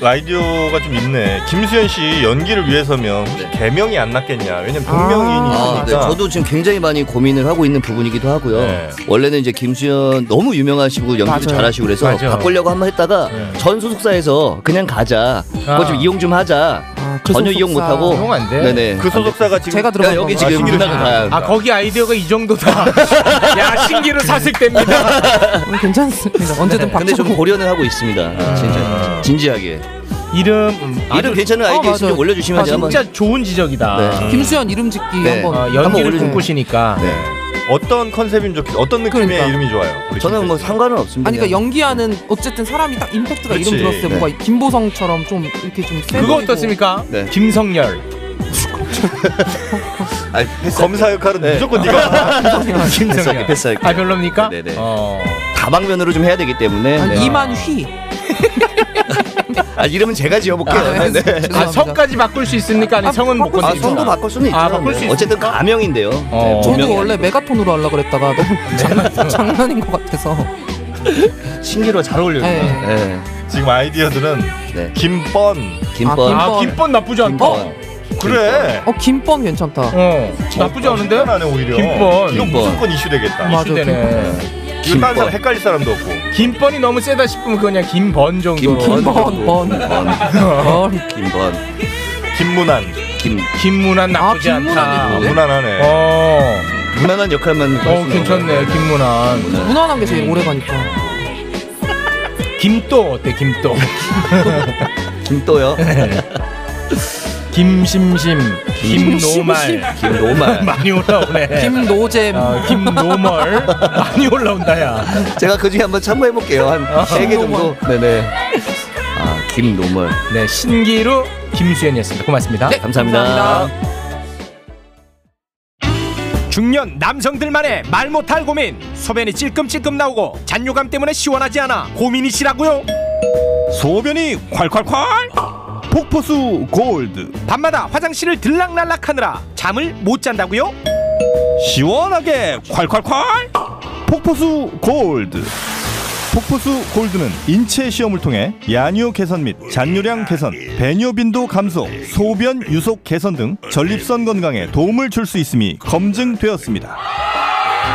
아이디어가 좀 있네. 김수현 씨 연기를 위해서면 혹시 개명이 안 낫겠냐? 왜냐면 본명인이 아, 네. 있으니까. 저도 지금 굉장히 많이 고민을 하고 있는 부분이기도 하고요. 네. 원래는 이제 김수현 너무 유명하시고 연기도 맞아요. 잘하시고 그래서 맞아요. 네. 바꾸려고 한 번 했다가 전 소속사에서 그냥 가자. 아. 그거 좀 이용 좀 하자. 그 전혀 소속사. 이용 못 하고. 이용 안 돼? 네네. 그 소속사가 지금 제가 들어간 여기 지금 누나가 가요. 아 거기 아이디어가 이 정도다. 야 신기루 사색됩니다. 괜찮습니다. 언제든 네. 근데 좀 고려는 하고 있습니다. 진짜 진지하게. 아. 이름 아주- 이름 괜찮은 아이디어 어, 있으면 맞아. 올려주시면 아, 제가 한번- 진짜 좋은 지적이다. 네. 김수현 이름 짓기 네. 한번. 아, 아. 어, 연기를 올려주세요. 꿈꾸시니까 네. 어떤 컨셉이면 좋겠 어떤 느낌의 이름이 좋아요? 저는 뭐 상관은 그러니까. 없습니다. 아니 네. 그러니까 연기하는 어쨌든 사람이 딱 임팩트가 그치. 이름 들었을 때 뭔가 네. 김보성처럼 좀 이렇게 좀 세. 그거 보이고. 어떻습니까? 네. 김성열. 검사 역할은 네. 무조건 아, 네가. 김성열. 패스할게. 아 별로입니까? 어. 네네. 다방면으로 좀 해야 되기 때문에. 한 네. 이만휘. 아 이름은 제가 지어볼게요. 네, 네. 아 성까지 바꿀 수 있습니까? 아니 성은 못 건드린다. 아, 성도 바꿀 수는 있죠. 아 바꿀 수 네. 있어. 어쨌든 가명인데요. 네, 본명이 저도 원래 메가톤으로 하려고 그랬다가 너무 네. 장난, 장난인 것 같아서. 신기로 잘 어울려요. 네. 지금 아이디어들은 김번, 김번. 아, 김번 나쁘지 않다. 그래. 어 김번 괜찮다. 어 나쁘지 않은데? 안 해, 오히려. 김번. 이거 무조건 이슈 되겠다. 맞아, 김번. 이거 다른 그러니까 김번. 사람 헷갈릴 사람도 없고. 김번이 너무 세다 싶으면 그냥 김번 정도. 김번. 김번. 번. 김번. 김문환. 김 김문환 아, 나쁘지 않다. 아, 무난하네. 어. 무난한 역할만. 어 괜찮네 김문환. 무난한 게 제일 오래 가니까. 김도 어때 김도? 김도요? 김심심, 김노말, 김노말. 많이 올라오네. 김노잼, 아, 김노멀 많이 올라온다야. 제가 그중에 한번 참고해 볼게요. 아, 한 세 개 정도. 네네. 아 김노멀. 네 신기루 김수현이었습니다. 고맙습니다. 네, 감사합니다. 감사합니다. 중년 남성들만의 말 못할 고민 소변이 찔끔찔끔 나오고 잔뇨감 때문에 시원하지 않아 고민이시라고요? 소변이 콸콸콸 폭포수 골드 밤마다 화장실을 들락날락하느라 잠을 못 잔다고요? 시원하게 콸콸콸 폭포수 골드 폭포수 골드는 인체 시험을 통해 야뇨 개선 및 잔뇨량 개선, 배뇨 빈도 감소, 소변 유속 개선 등 전립선 건강에 도움을 줄 수 있음이 검증되었습니다.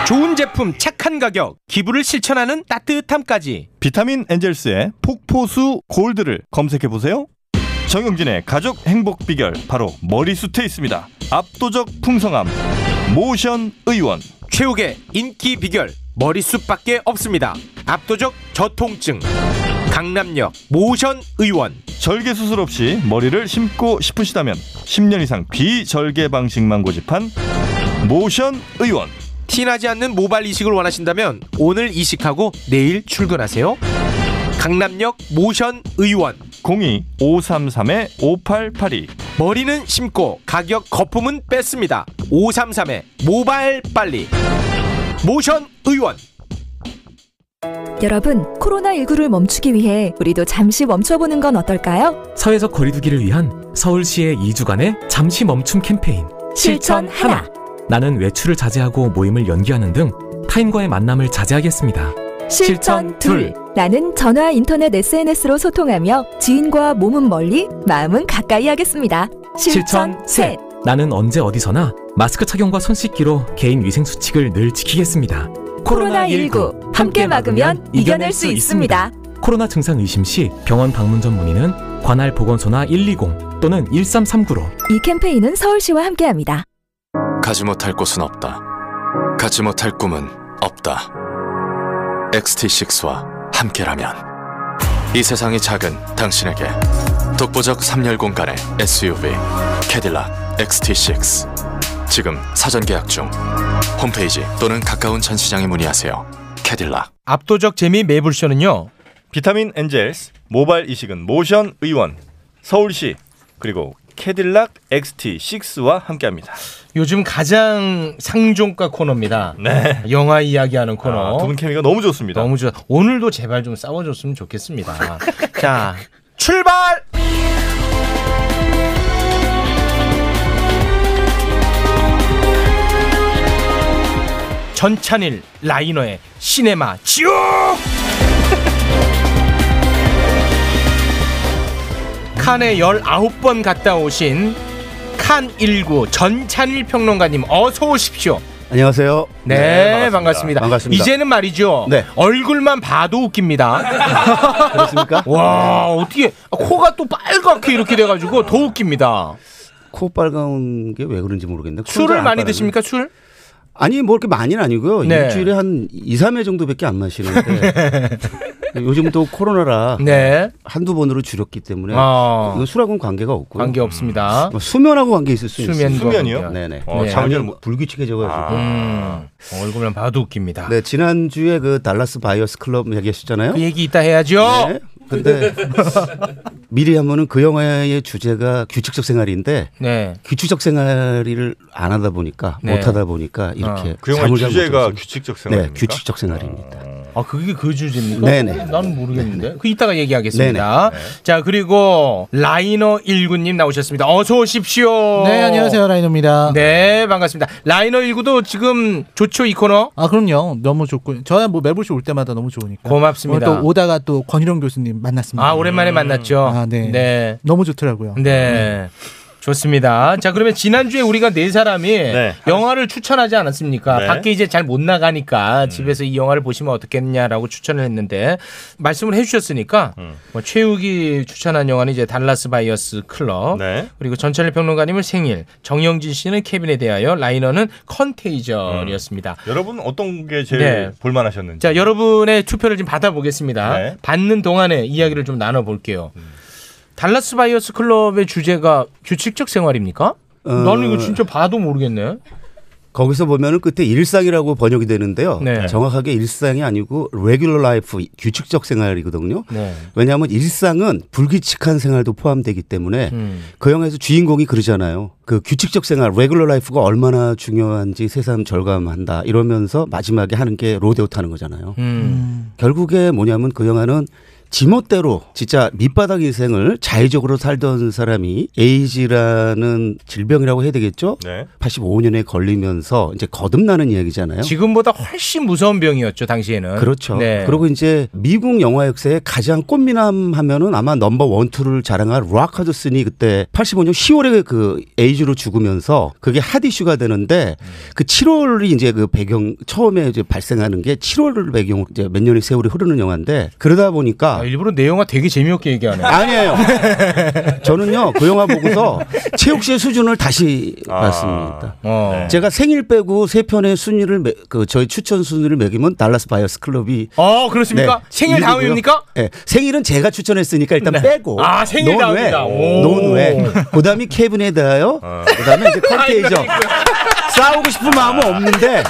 좋은 제품 착한 가격 기부를 실천하는 따뜻함까지 비타민 엔젤스의 폭포수 골드를 검색해 보세요. 정영진의 가족 행복 비결 바로 머리숱에 있습니다. 압도적 풍성함 모션 의원 최욱의 인기 비결 머리숱밖에 없습니다. 압도적 저통증 강남역 모션 의원 절개 수술 없이 머리를 심고 싶으시다면 10년 이상 비절개 방식만 고집한 모션 의원 티나지 않는 모발 이식을 원하신다면 오늘 이식하고 내일 출근하세요. 강남역 모션 의원 02 533의 5882 머리는 심고 가격 거품은 뺐습니다. 533의 모발 빨리 모션 의원 여러분, 코로나19를 멈추기 위해 우리도 잠시 멈춰보는 건 어떨까요? 사회적 거리두기를 위한 서울시의 2주간의 잠시 멈춤 캠페인 실천 하나. 나는 외출을 자제하고 모임을 연기하는 등 타인과의 만남을 자제하겠습니다. 실천 둘. 나는 전화, 인터넷, SNS로 소통하며 지인과 몸은 멀리, 마음은 가까이 하겠습니다. 실천 셋. 나는 언제 어디서나 마스크 착용과 손 씻기로 개인 위생 수칙을 늘 지키겠습니다. 코로나19 함께 막으면 이겨낼 수 있습니다. 코로나 증상 의심 시 병원 방문 전 문의는 관할 보건소나 120 또는 1339로 이 캠페인은 서울시와 함께합니다. 가지 못할 곳은 없다. 가지 못할 꿈은 없다. XT6와 함께라면 이 세상이 작은 당신에게 독보적 3열 공간의 SUV 캐딜락 XT6 지금 사전 계약 중 홈페이지 또는 가까운 전시장에 문의하세요. 캐딜락 압도적 재미 매불쇼는요. 비타민 엔젤스, 모발 이식은 모션 의원, 서울시 그리고 캐딜락 XT6와 함께합니다. 요즘 가장 상종가 코너입니다. 네. 영화 이야기하는 코너. 아, 두분 케미가 너무 좋습니다. 너무 좋. 오늘도 제발 좀 싸워줬으면 좋겠습니다. 자, 출발! 전찬일 라이너의 시네마 지옥! 칸에 19번 갔다 오신 칸19 전찬일 평론가님 어서 오십시오. 안녕하세요. 네, 반갑습니다. 반갑습니다. 이제는 말이죠. 네. 얼굴만 봐도 웃깁니다. 그렇습니까? 네. 와, 어떻게 코가 또 빨갛게 이렇게 돼 가지고 더 웃깁니다. 코 빨간 게 왜 그런지 모르겠네. 술을 많이 드십니까? 술? 아니 뭐 이렇게 많이는 아니고요. 네. 일주일에 한 2, 3회 정도밖에 안 마시는데 요즘 또 코로나라 네. 한두 번으로 줄였기 때문에 아. 이건 술하고는 관계가 없고요. 관계 없습니다. 뭐 수면하고 관계 있을 수 있어요. 수면과 수면이요? 관계. 네네. 어, 잠을 잠이 불규칙해져가지고. 음, 얼굴만 봐도 웃깁니다. 네 지난 주에 그 달라스 바이어스 클럽 얘기하셨잖아요. 그 얘기 이따 해야죠. 네. 근데 미리 하면은 그 영화의 주제가 규칙적 생활인데 네. 규칙적 생활을 안 하다 보니까 네. 못 하다 보니까 이렇게 아. 그 영화의 잠을 잘못 주제가 잤어요. 규칙적 네, 생활입니까? 규칙적 생활입니다. 아 그게 그 주제입니까? 네네. 네, 나는 모르겠는데. 그 이따가 얘기하겠습니다. 자 그리고 라이너 19님 나오셨습니다. 어서 오십시오. 네, 안녕하세요. 라이노입니다. 네 반갑습니다. 라이너 19도 지금 좋죠 이 코너? 아, 그럼요. 너무 좋고. 저야 뭐 매불쇼 올 때마다 너무 좋으니까. 고맙습니다. 오늘 또 오다가 또 권희룡 교수님 만났습니다. 아 오랜만에 만났죠. 아, 네. 네. 너무 좋더라고요. 네. 좋습니다. 자, 그러면 지난주에 우리가 네 사람이 영화를 추천하지 않았습니까? 네. 밖에 이제 잘 못 음. 나가니까 집에서 이 영화를 보시면 어떻겠냐라고 추천을 했는데 말씀을 해주셨으니까 음. 뭐 최욱이 추천한 영화는 이제 달라스 바이어스 클럽 네. 그리고 전철일 평론가님은 생일 정영진 씨는 케빈에 대하여 라이너는 컨테이저였습니다. 음. 여러분 어떤 게 제일 네. 볼만하셨는지. 자, 여러분의 투표를 좀 받아보겠습니다. 받는 동안에 이야기를 좀 나눠볼게요. 달라스 바이어스 클럽의 주제가 규칙적 생활입니까? 어. 나는 이거 진짜 봐도 모르겠네. 음. 거기서 보면은 그때 일상이라고 번역이 되는데요. 네. 정확하게 일상이 아니고 regular life 규칙적 생활이거든요. 네. 왜냐하면 일상은 불규칙한 생활도 포함되기 때문에 음. 그 영화에서 주인공이 그러잖아요. 그 규칙적 생활, regular life가 얼마나 중요한지 새삼 절감한다 이러면서 마지막에 하는 게 로데오 타는 거잖아요. 음. 결국에 뭐냐면 그 영화는 지멋대로 진짜 밑바닥 인생을 자의적으로 살던 사람이 에이즈라는 질병이라고 해야 되겠죠? 네. 85년에 걸리면서 이제 거듭나는 이야기잖아요. 지금보다 훨씬 무서운 병이었죠 당시에는. 그렇죠. 네. 그리고 이제 미국 영화 역사에 가장 꽃미남 하면은 아마 넘버 원 투를 자랑한 락 하드슨이 그때 85년 10월에 그 에이즈로 죽으면서 그게 핫 이슈가 되는데 그 7월이 이제 그 배경 처음에 이제 발생하는 게 7월을 배경으로 이제 몇 년의 세월이 흐르는 영화인데 그러다 보니까 일부러 내 영화 되게 재미없게 얘기하네. 아니에요. 저는요 그 영화 보고서 최욱 씨의 수준을 다시 봤습니다. 어. 제가 생일 빼고 세 편의 순위를 매- 그 저희 추천 순위를 매기면 달라스 바이어스 클럽이 어 그렇습니까? 생일 일위고요. 다음입니까? 네, 생일은 제가 추천했으니까 일단 빼고 아, 생일 논 외, 다음이다. 오. 논 외. 그다음이 케빈에 대하여 그다음에 이제 컨테이저 싸우고 싶은 마음은 없는데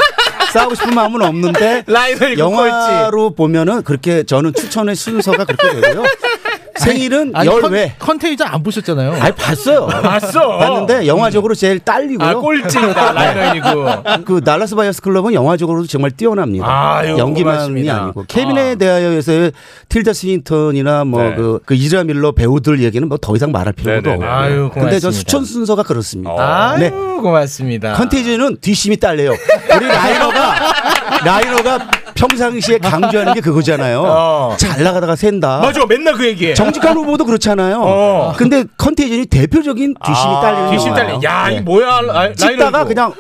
싸우고 싶은 마음은 없는데 라이벌 영화로 보면은 그렇게 저는 추천의 순서가 그렇게 되고요. 생일은 아니, 열외. 컨, 컨테이저 안 보셨잖아요. 아니 봤어요. 봤어. 봤는데 영화적으로 제일 딸리고요. 아, 꼴찌다, 라이너이고. 그 날라스 바이어스 클럽은 영화적으로도 정말 뛰어납니다. 아유, 연기만이 고맙습니다. 아니고 케빈에 대하여에서틸다 스윈턴이나 뭐 그 그 이즈라 밀러 배우들 얘기는 뭐 더 이상 말할 필요도 네. 네네네. 없고. 아유, 근데 저 고맙습니다. 어. 수천 순서가 그렇습니다. 아유 네. 고맙습니다. 컨테이저는 뒷심이 딸려요. 우리 라이너가 라이너가 평상시에 강조하는 게 그거잖아요. 어. 잘 나가다가 샌다. 맞아 맨날 그 얘기해. 정직한 후보도 그렇잖아요. 근데 컨테이전이 대표적인 뒷심이 딸리는 어. 아, 귀신 영화예요. 딸려. 야, 네. 이 뭐야? 라, 라이너 찍다가 이거. 그냥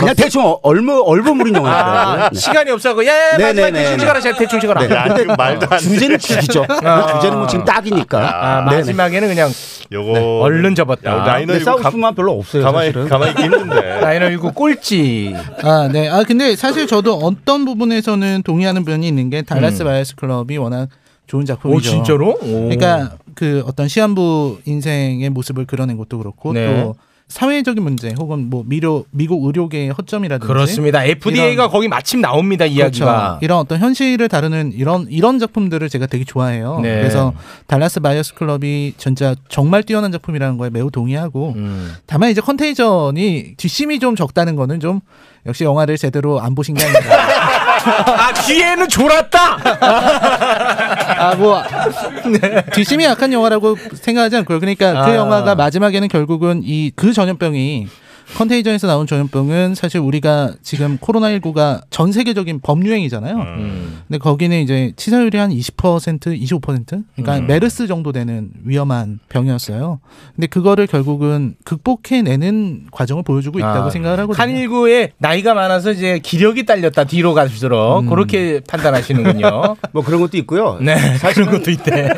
그냥 대충 얼- 얼머 얼버무린 영화더라고요. 아, 네. 시간이 없어고 예, 마지막 네네네. 대충 찍어라, 제 대충 찍어라. 네. 근데 주제는 죽이죠. 아. 주제는 뭐 지금 딱이니까. 아, 마지막에는 그냥 네, 요거 얼른 접었다. 라이너 근데 싸울 수만 별로 없어요. 가만히- 사실은. 음. 가만히 있기 힘든데. 라이너 이거 꼴찌. 아, 네. 아, 근데 사실 저도 어떤 부분에서는 동의하는 부분이 있는 게 달라스 음. 바이어스 클럽이 워낙 좋은 작품이죠. 오, 진짜로? 오. 그러니까 그 어떤 시한부 인생의 모습을 그려낸 것도 그렇고 네. 또 사회적인 문제 혹은 뭐 미료, 미국 의료계의 허점이라든지 그렇습니다. FDA가 이런- 거기 마침 나옵니다 이야기가. 그렇죠. 이런 어떤 현실을 다루는 이런 이런 작품들을 제가 되게 좋아해요. 네. 그래서 달라스 바이어스 클럽이 진짜 정말 뛰어난 작품이라는 거에 매우 동의하고 음. 다만 이제 컨테이전이 뒷심이 좀 적다는 거는 좀 역시 영화를 제대로 안 보신 게 아닌가. 아 뒤에는 졸았다. 아뭐 네. 뒷심이 약한 영화라고 생각하지 않고요. 그러니까 그 아. 영화가 마지막에는 결국은 이 그 전염병이 컨테이전에서 나온 전염병은 사실 우리가 지금 코로나19가 전 세계적인 범유행이잖아요. 음. 음. 근데 거기는 이제 치사율이 한 20% 25% 그러니까 음. 메르스 정도 되는 위험한 병이었어요. 근데 그거를 결국은 극복해내는 과정을 보여주고 있다고 아, 생각을 하거든요. 칸19에 나이가 많아서 이제 기력이 딸렸다 뒤로 갈수록 그렇게 판단하시는군요. 뭐 그런 것도 있고요. 네, 그런 것도 있대.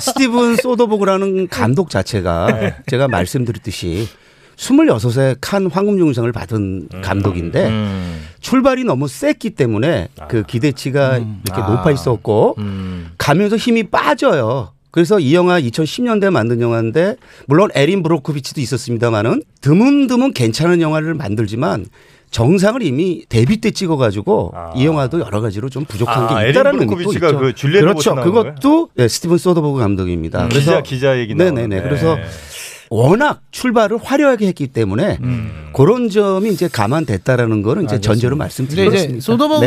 스티븐 소더버그라는 감독 자체가 네. 제가 말씀드렸듯이 26에 칸 황금종상을 받은 음. 감독인데 출발이 너무 셌기 때문에 아. 그 기대치가 이렇게 아. 높아 있었고 음. 가면서 힘이 빠져요. 그래서 이 영화 2010년대 만든 영화인데 물론 에린 브로코비치도 있었습니다만은 드문드문 괜찮은 영화를 만들지만 정상을 이미 데뷔 때 찍어가지고 이 영화도 여러 가지로 좀 부족한 아, 게 에린 있다라는 것도 브로코비치가 있죠. 그 줄리엣 그렇죠. 로봇 나오는 그것도 예, 스티븐 소더버그 감독입니다. 음. 기자, 기자 얘기 네네네. 나오는데. 그래서 워낙 출발을 화려하게 했기 때문에 그런 점이 이제 감안됐다라는 거는 이제 전제로 말씀드리겠습니다. 네. 근데 이제 소더버그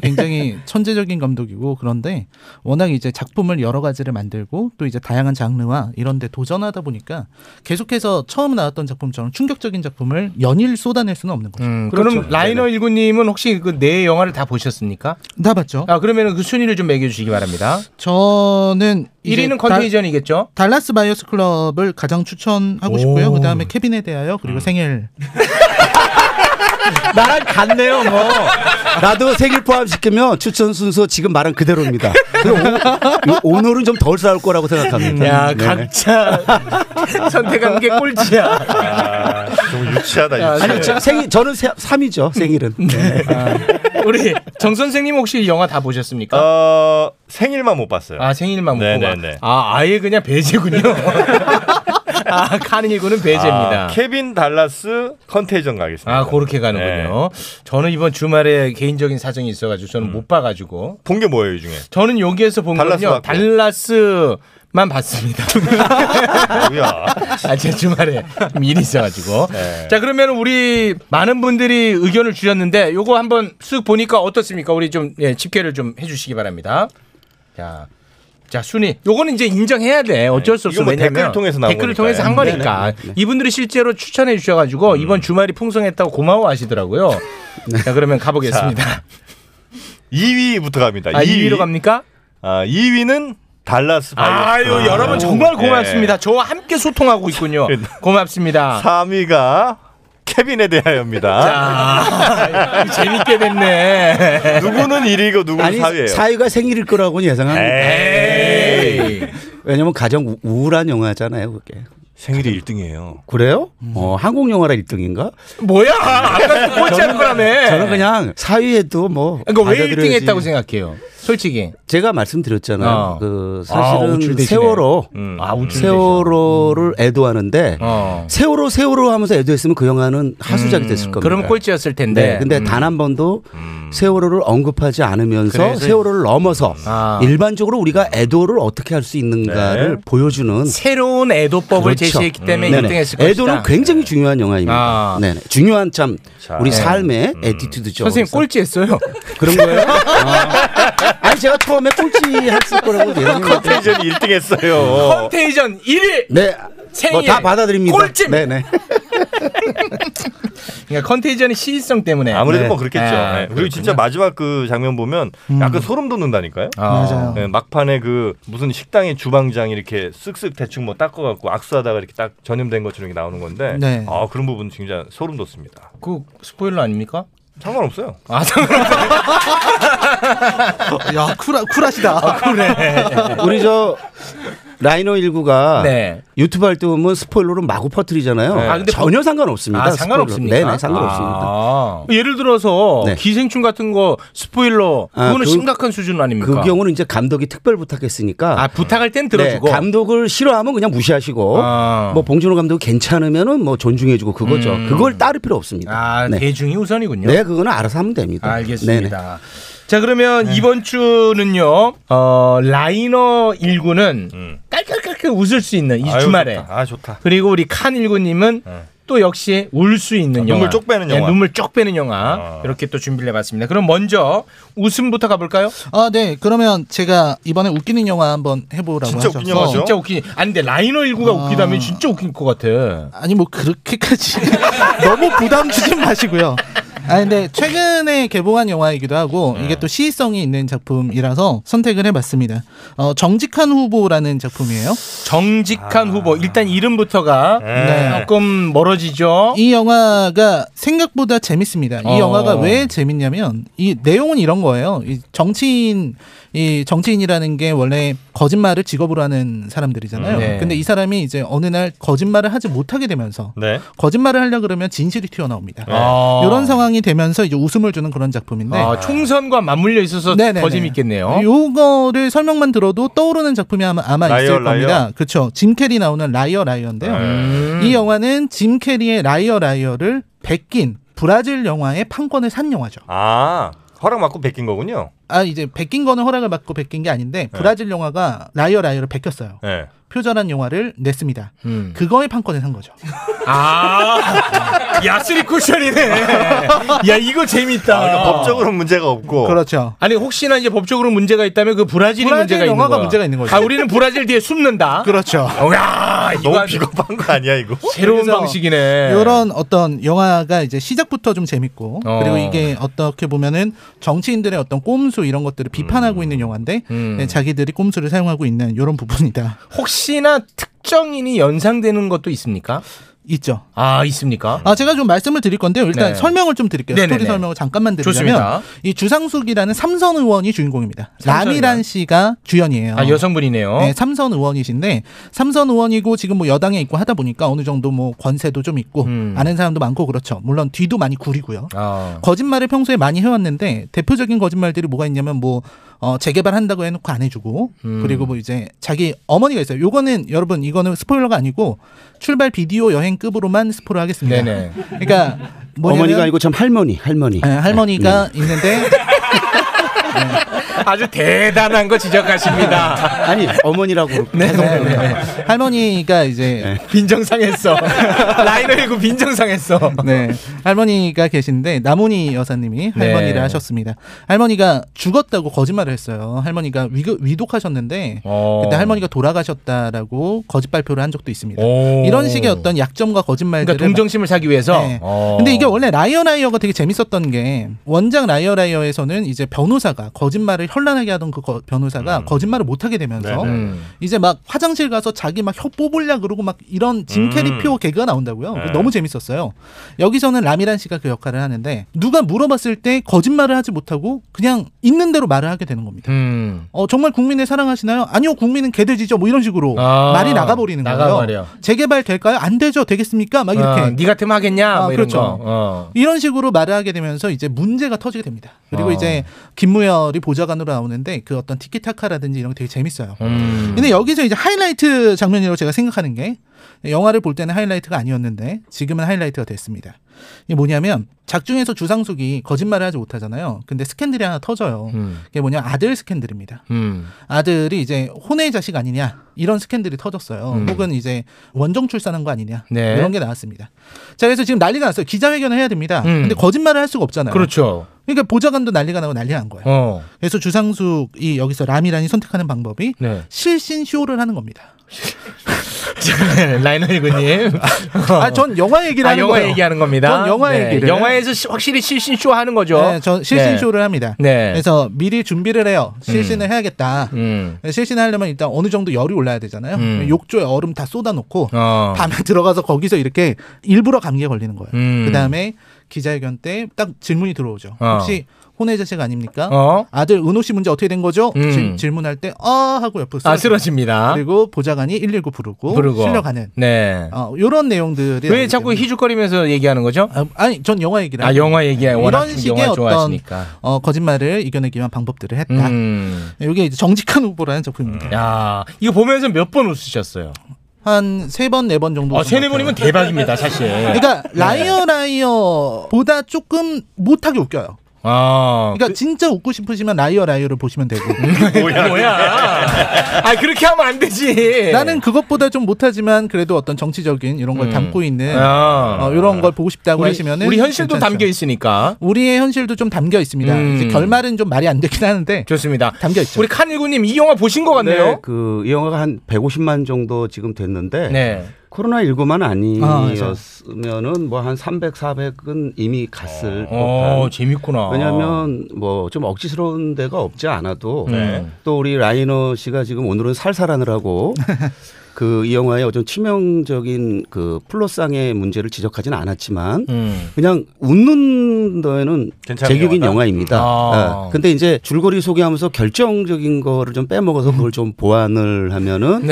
굉장히 천재적인 감독이고 그런데 워낙 이제 작품을 여러 가지를 만들고 또 이제 다양한 장르와 이런 데 도전하다 보니까 계속해서 처음 나왔던 작품처럼 충격적인 작품을 연일 쏟아낼 수는 없는 거죠. 그렇죠. 음, 그럼 라이너 19님은 혹시 그 네 영화를 다 보셨습니까? 네. 다 봤죠. 아 그러면 그 순위를 좀 매겨주시기 바랍니다. 저는 1위는 컨테이전이겠죠. 달라스 바이어스 클럽을 가장 추천하고 싶고요. 그 다음에 케빈에 대하여 그리고 생일 나랑 같네요, 뭐. 나도 생일 포함시키면 추천 순서 지금 말한 그대로입니다. 그리고 오, 늘은 좀 덜 싸울 거라고 생각합니다. 네. 야, 각자 선택한 게 꼴찌야. 좀 유치하다. 야, 유치해. 아니, 저- 생일 저는 3이죠 생일은. 우리 정 선생님 혹시 영화 다 보셨습니까? 어, 생일만 못 봤어요. 아 생일만 못 보고. 네네네. 아 아예 그냥 배제군요. 아 칸19는 배제입니다. 아, 케빈 달라스 컨테이전 가겠습니다. 네. 아 그렇게 가는군요. 저는 이번 주말에 개인적인 사정이 있어가지고 저는 못 음. 봐가지고 본 게 뭐예요 이 중에? 저는 여기에서 본 달라스 건요 봤고. 달라스만 봤습니다. 뭐야? 아제 주말에 좀 일이 있어가지고. 네. 자 그러면 우리 많은 분들이 의견을 주셨는데 요거 한번 쓱 보니까 어떻습니까? 우리 좀 예, 집계를 좀 해주시기 바랍니다. 자. 자 순위 요거는 이제 인정해야 돼 어쩔 수 없어 이건 뭐 왜냐면 댓글을 통해서 나온 댓글을 거니까. 통해서 한 네네. 거니까 네. 음. 이분들이 실제로 추천해 주셔가지고 이번 주말이 풍성했다고 고마워하시더라고요 네. 자 그러면 가보겠습니다 2위부터 갑니다. 아, 2위로 갑니까? 아, 2위는 달라스 예. 바이어스. 아유 여러분 정말 네. 고맙습니다. 저와 함께 소통하고 있군요. 고맙습니다. 3위가 케빈에 대하여입니다. 재밌게 됐네. 누구는 1위고 누구는 아니 4위예요. 사위가 생일일 거라고는 예상합니다. 왜냐면 가장 우- 우울한 영화잖아요, 그게. 생일이 1등이에요. 그래요? 어, 한국 영화라 1등인가? 뭐야? 아까 저는, 꼬치할 거라며. 저는 그냥 사위에도 뭐. 네. 그러니까 왜 받아들여야지. 1등 했다고 생각해요? 솔직히. 제가 말씀드렸잖아요. 어. 그 아, 사실은 우쭐대시네. 세월호, 음. 아, 우쭐대셔. 세월호를 애도하는데 어. 세월호 세월호 하면서 애도했으면 그 영화는 하수작이 됐을 겁니다. 음. 그러면 꼴찌였을 텐데. 네, 근데 음. 단 한 번도 세월호를 언급하지 않으면서 그래서- 아. 세월호를 넘어서 일반적으로 우리가 애도를 어떻게 할 수 있는가를 네. 보여주는 새로운 애도법을 그렇죠. 제시했기 때문에 네네. 1등 했을 것이다. 네. 애도는 굉장히 중요한 영화입니다. 아. 네네. 중요한 참 우리 네. 삶의 에티튜드죠. 선생님 꼴찌했어요. 그런 거예요? 아. 니 제가 처음에 꼴찌 했을 거라고 컨테이전 1등 했어요. 컨테이전 1위. 네. 생일. 뭐다 받아들입니다. 꼴찌. 네네. 그러니까 컨테이전의 시의성 때문에 아무래도 네. 뭐 그렇겠죠. 아, 네. 그리고 진짜 그렇군요. 마지막 그 장면 보면 약간 소름 돋는다니까요. 음. 맞아요. 네, 막판에 그 무슨 식당의 주방장 이렇게 쓱쓱 대충 뭐 닦아갖고 악수하다가 이렇게 딱 전염된 것처럼 이렇게 나오는 건데, 네. 아 그런 부분 진짜 소름 돋습니다. 그 스포일러 아닙니까? 상관없어요. 아 상관없어요. 야 쿨하, 쿨하시다. 아, 그래. 우리 저 라이너 19가 네. 유튜브 할 때 보면 스포일러로 마구 퍼뜨리잖아요. 네. 아, 근데 전혀 상관없습니다. 아, 상관없습니까? 네네 상관없습니다. 아. 예를 들어서 어. 네. 기생충 같은 거 스포일러 아, 그거는 그- 심각한 수준 아닙니까? 그 경우는 이제 감독이 특별 부탁했으니까 아, 부탁할 땐 들어주고. 네, 감독을 싫어하면 그냥 무시하시고 아. 뭐 봉준호 감독 괜찮으면은 뭐 존중해주고 그거죠. 음. 그걸 따를 필요 없습니다. 아, 네. 대중이 우선이군요. 네, 그거는 알아서 하면 됩니다. 알겠습니다. 네네. 자 그러면 네. 이번 주는요 어, 라이너 19는 깔깔깔깔 웃을 수 있는 이 음. 아유, 주말에 좋다. 아 좋다. 그리고 우리 칸 19님은 또 역시 울 수 있는 아, 영화. 눈물 쪽 빼는 네, 영화. 아. 눈물 쪽 빼는 영화. 이렇게 또 준비를 해봤습니다. 그럼 먼저 웃음부터 가볼까요? 아, 네. 그러면 제가 이번에 웃기는 영화 한번 해보라고 어. 진짜 하죠. 웃긴 영화죠? 진짜 웃긴. 아니, 근데 라이너 19가 웃기다면 진짜 웃긴 것 예. 같아. 아니 뭐 그렇게까지 너무 부담 주지 마시고요. 아 근데 최근에 개봉한 영화이기도 하고 예. 이게 또 시의성이 있는 작품이라서 선택을 해봤습니다. 어, 정직한 후보라는 작품이에요. 아. 정직한 후보. 일단 이름부터가 네. 조금 멀어지죠. 이 영화가 생각보다 재밌습니다. 이 어. 영화가 왜 재밌냐면 이 내용은 이런 거예요. 이 정치인 이 정치인이라는 게 원래 거짓말을 직업으로 하는 사람들이잖아요. 음, 네. 근데 이 사람이 이제 어느 날 거짓말을 하지 못하게 되면서 네. 거짓말을 하려 그러면 진실이 튀어나옵니다. 아. 이런 상황이 되면서 이제 웃음을 주는 그런 작품인데 네. 아, 총선과 맞물려 있어서 네네네. 더 재밌겠네요. 요거를 설명만 들어도 떠오르는 작품이 아마, 아마 라이어, 있을 겁니다. 라이어. 그렇죠. 짐 캐리 나오는 라이어 라이어인데요. 음. 이 영화는 짐 캐리의 라이어 라이어를 베낀 브라질 영화의 판권을 산 영화죠. 아 허락 맞고 베낀 거군요. 아 이제 베낀 거는 허락을 받고 베낀 게 네. 아닌데 브라질 영화가 라이어 라이어를 베꼈어요. 네. 표절한 영화를 냈습니다. 음. 그거의 판권을 산 거죠. 아, 야스리 쿠션이네. 야, 이거 재밌다. 아, 그러니까 법적으로는 문제가 없고. 그렇죠. 아니 혹시나 이제 법적으로 문제가 있다면 그 브라질이 브라질 문제가 있는 영화가 거야. 문제가 있는 거죠. 아 우리는 브라질 뒤에 숨는다. 어, 그렇죠. 어, 야, 너무 비겁한 거 아니야 이거? 새로운 방식이네. 이런 어떤 영화가 이제 시작부터 좀 재밌고 어. 그리고 이게 어떻게 보면은 정치인들의 어떤 꼼수 이런 것들을 비판하고 있는 영화인데 음. 네, 자기들이 꼼수를 사용하고 있는 이런 부분이다. 혹시나 특정인이 연상되는 것도 있습니까? 있죠. 아 있습니까? 아 제가 좀 말씀을 드릴 건데요. 일단 네. 설명을 좀 드릴게요. 네네네. 스토리 설명을 잠깐만 드리자면 좋습니다. 이 주상숙이라는 삼선 의원이 주인공입니다. 삼선 라미란 씨가 주연이에요. 아 여성분이네요. 네, 삼선 의원이신데 삼선 의원이고 지금 뭐 여당에 있고 하다 보니까 어느 정도 뭐 권세도 좀 있고 음. 아는 사람도 많고 그렇죠. 물론 뒤도 많이 구리고요. 아. 거짓말을 평소에 많이 해왔는데 대표적인 거짓말들이 뭐가 있냐면 뭐 어, 재개발한다고 해놓고 안 해주고 음. 그리고 뭐 이제 자기 어머니가 있어요. 요거는 여러분 이거는 스포일러가 아니고 출발 비디오 여행급으로만 스포를 하겠습니다. 네네. 그러니까 뭐냐면 어머니가 아니고 참 할머니, 할머니. 네, 할머니가 있는데 아주 대단한 거 지적하십니다. 그러니까 아니 어머니라고 네, 계속 할머니가 이제 네. 빈정상했어. 라이너 19 빈정상했어. 네. 할머니가 계신데 나문희 여사님이 할머니를 네. 하셨습니다. 할머니가 죽었다고 거짓말을 했어요. 할머니가 위그, 위독하셨는데 어. 그때 할머니가 돌아가셨다라고 거짓 발표를 한 적도 있습니다. 오. 이런 식의 어떤 약점과 거짓말들을 그러니까 동정심을 사기 위해서? 어. 네, 근데 이게 원래 라이어 라이어가 되게 재밌었던 게 원작 라이어 라이어에서는 이제 변호사가 거짓말을 현란하게 하던 그 거- 변호사가 거짓말을 못 하게 되면서 음. 네, 네. 음. 이제 막 화장실 가서 자기 막 혀 뽑으려 그러고 막 이런 짐 음. 캐리표 개그가 나온다고요. 네. 너무 재밌었어요. 여기서는 라미란 씨가 그 역할을 하는데 누가 물어봤을 때 거짓말을 하지 못하고 그냥 있는 대로 말을 하게 되는 겁니다. 음. 어, 정말 국민을 사랑하시나요? 아니요, 국민은 개돼지죠. 뭐 이런 식으로 아, 말이 나가버리는 나가 거예요. 말이야. 재개발 될까요? 안 되죠. 되겠습니까? 막 이렇게. 어, 네 같으면 하겠냐? 아, 뭐 이런 그렇죠. 거. 어. 이런 식으로 말을 하게 되면서 이제 문제가 터지게 됩니다. 그리고 어. 이제 김무열이 보좌관으로 나오는데 그 어떤 티키타카라든지 이런 게 되게 재밌어요. 음. 근데 여기서 이제 하이라이트 장면이라고 제가 생각하는 게 영화를 볼 때는 하이라이트가 아니었는데 지금은 하이라이트가 됐습니다. 이게 뭐냐면 작중에서 주상숙이 거짓말을 하지 못하잖아요. 근데 스캔들이 하나 터져요. 음. 그게 뭐냐 아들 스캔들입니다. 음. 아들이 이제 혼외 자식 아니냐 이런 스캔들이 터졌어요. 음. 혹은 이제 원정 출산한 거 아니냐 네. 이런 게 나왔습니다. 자 그래서 지금 난리가 났어요. 기자회견을 해야 됩니다. 음. 근데 거짓말을 할 수가 없잖아요. 그렇죠. 그러니까 보좌관도 난리가 나고 난리가 난 거예요. 어. 그래서 주상숙이 여기서 라미란이 선택하는 방법이 네. 실신 쇼를 하는 겁니다. 라이너 19님. 아, 전 영화 얘기를 아, 하는 영화 거예요. 얘기하는 겁니다. 전 영화 네. 얘기를. 영화에서 시- 확실히 실신 쇼 하는 거죠. 네, 저 실신 네. 쇼를 합니다. 네. 그래서 미리 준비를 해요. 실신을 음. 해야겠다. 음. 네, 실신하려면 일단 어느 정도 열이 올라야 되잖아요. 음. 욕조에 얼음 다 쏟아놓고 어. 밤에 들어가서 거기서 이렇게 일부러 감기에 걸리는 거예요. 음. 그 다음에 기자회견 때 딱 질문이 들어오죠. 어. 혹시 혼외 자식 아닙니까? 어. 아들 은호 씨 문제 어떻게 된 거죠? 음. 질- 질문할 때 아 하고 옆으로 쓰러집니다. 아, 쓰러집니다. 그리고 보좌관이 119 부르고, 부르고. 실려가는 네. 어, 이런 내용들이 왜 자꾸 희죽거리면서 얘기하는 거죠? 아, 니전 영화 얘기를 아, 하는 영화 거예요. 얘기야. 워낙 이런 식의 영화 어떤 좋아하시니까. 어, 거짓말을 이겨내기 위한 방법들을 했다. 음. 이게 이제 정직한 후보라는 작품입니다. 야, 이거 보면서 몇 번 웃으셨어요? 한 세 번 네 번 정도. 아, 세네 번이면 대박입니다, 사실. 그러니까 네. 라이어 라이어보다 조금 못하게 웃겨요. 아. 그러니까 진짜 웃고 싶으시면 라이어 라이어를 보시면 되고. 뭐야? 아 그렇게 하면 안 되지. 나는 그것보다 좀 못하지만 그래도 어떤 정치적인 이런 걸 예. 음. 담고 있는 아. 어, 이런 걸 보고 싶다고 우리- 하시면은 우리 현실도 담겨 있으니까. 우리의 현실도 좀 담겨 있습니다. 음. 이제 결말은 좀 말이 안 되긴 하는데 좋습니다. 담겨 있죠. 우리 칸일구님 이 영화 보신 것 같네요. 네, 그이 영화가 한 150만 정도 지금 됐는데 네. 코로나 19만 아, 그래서. 아니었으면은 뭐 한 300, 400은 이미 갔을 법한. 어, 재밌구나. 왜냐하면 뭐 좀 억지스러운 데가 없지 않아도 네. 또 우리 라이너 씨가 지금 오늘은 살살하느라고 그 이 영화의 어떤 치명적인 그 플롯상의 문제를 지적하지는 않았지만 음. 그냥 웃는 데는 괜찮은 제격인 영화다? 영화입니다. 아. 예. 근데 이제 줄거리 소개하면서 결정적인 거를 좀 빼먹어서 그걸 좀 보완을 하면은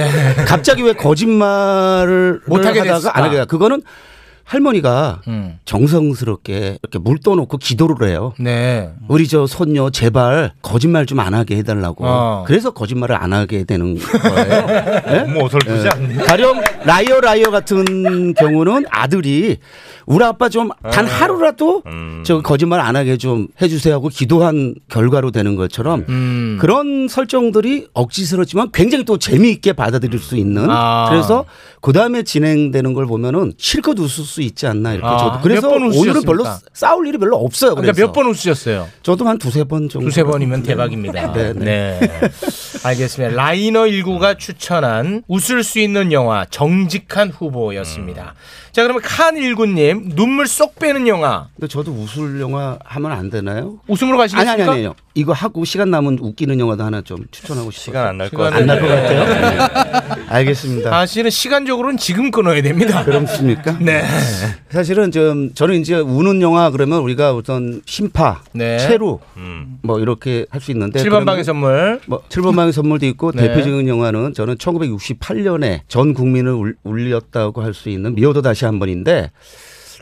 갑자기 왜 거짓말을 네. 못하게 하다가 됐을까? 안 하게 돼. 그거는 할머니가 음. 정성스럽게 이렇게 물 떠놓고 기도를 해요. 네. 우리 저 손녀 제발 거짓말 좀 안 하게 해달라고. 어. 그래서 거짓말을 안 하게 되는 거예요. 너무 어설프지 예. 않니? 가령 라이어 라이어 같은 경우는 아들이 우리 아빠 좀 음. 단 하루라도 저 거짓말 안 하게 좀 해주세요 하고 기도한 결과로 되는 것처럼 음. 그런 설정들이 억지스럽지만 굉장히 또 재미있게 받아들일 수 있는 아. 그래서 그 다음에 진행되는 걸 보면은 실컷 웃을 수 있지 않나 이렇게 아, 저도 그래서 몇번 오늘은 별로 웃으셨습니까? 싸울 일이 별로 없어요. 그러니까 그래서 몇 번 웃으셨어요? 저도 한 두세 번 정도 두세 번이면 대박입니다. 네, 네. 알겠습니다. 라이너 19가 추천한 웃을 수 있는 영화 정직한 후보였습니다. 자, 그러면 칸 19님 눈물 쏙 빼는 영화. 음. 근데 저도 웃을 영화 하면 안 되나요? 웃음으로 가시겠습니까? 아니 아니 아니요. 이거 하고 시간 남은 웃기는 영화도 하나 좀 추천하고 싶어요. 시간 안 날 것 같아요. 안날 것 같아요. 네. 알겠습니다. 사실은 시간적으로는 지금 끊어야 됩니다. 그렇습니까? 네. 사실은 좀 저는 이제 우는 영화 그러면 우리가 어떤 심파, 네. 체루 뭐 이렇게 할 수 있는데 칠 7번 그러면 방의 선물. 뭐 7번 방의 선물도 있고 네. 대표적인 영화는 저는 1968년에 전 국민을 울- 울렸다고 할 수 있는 미워도 다시 한 번인데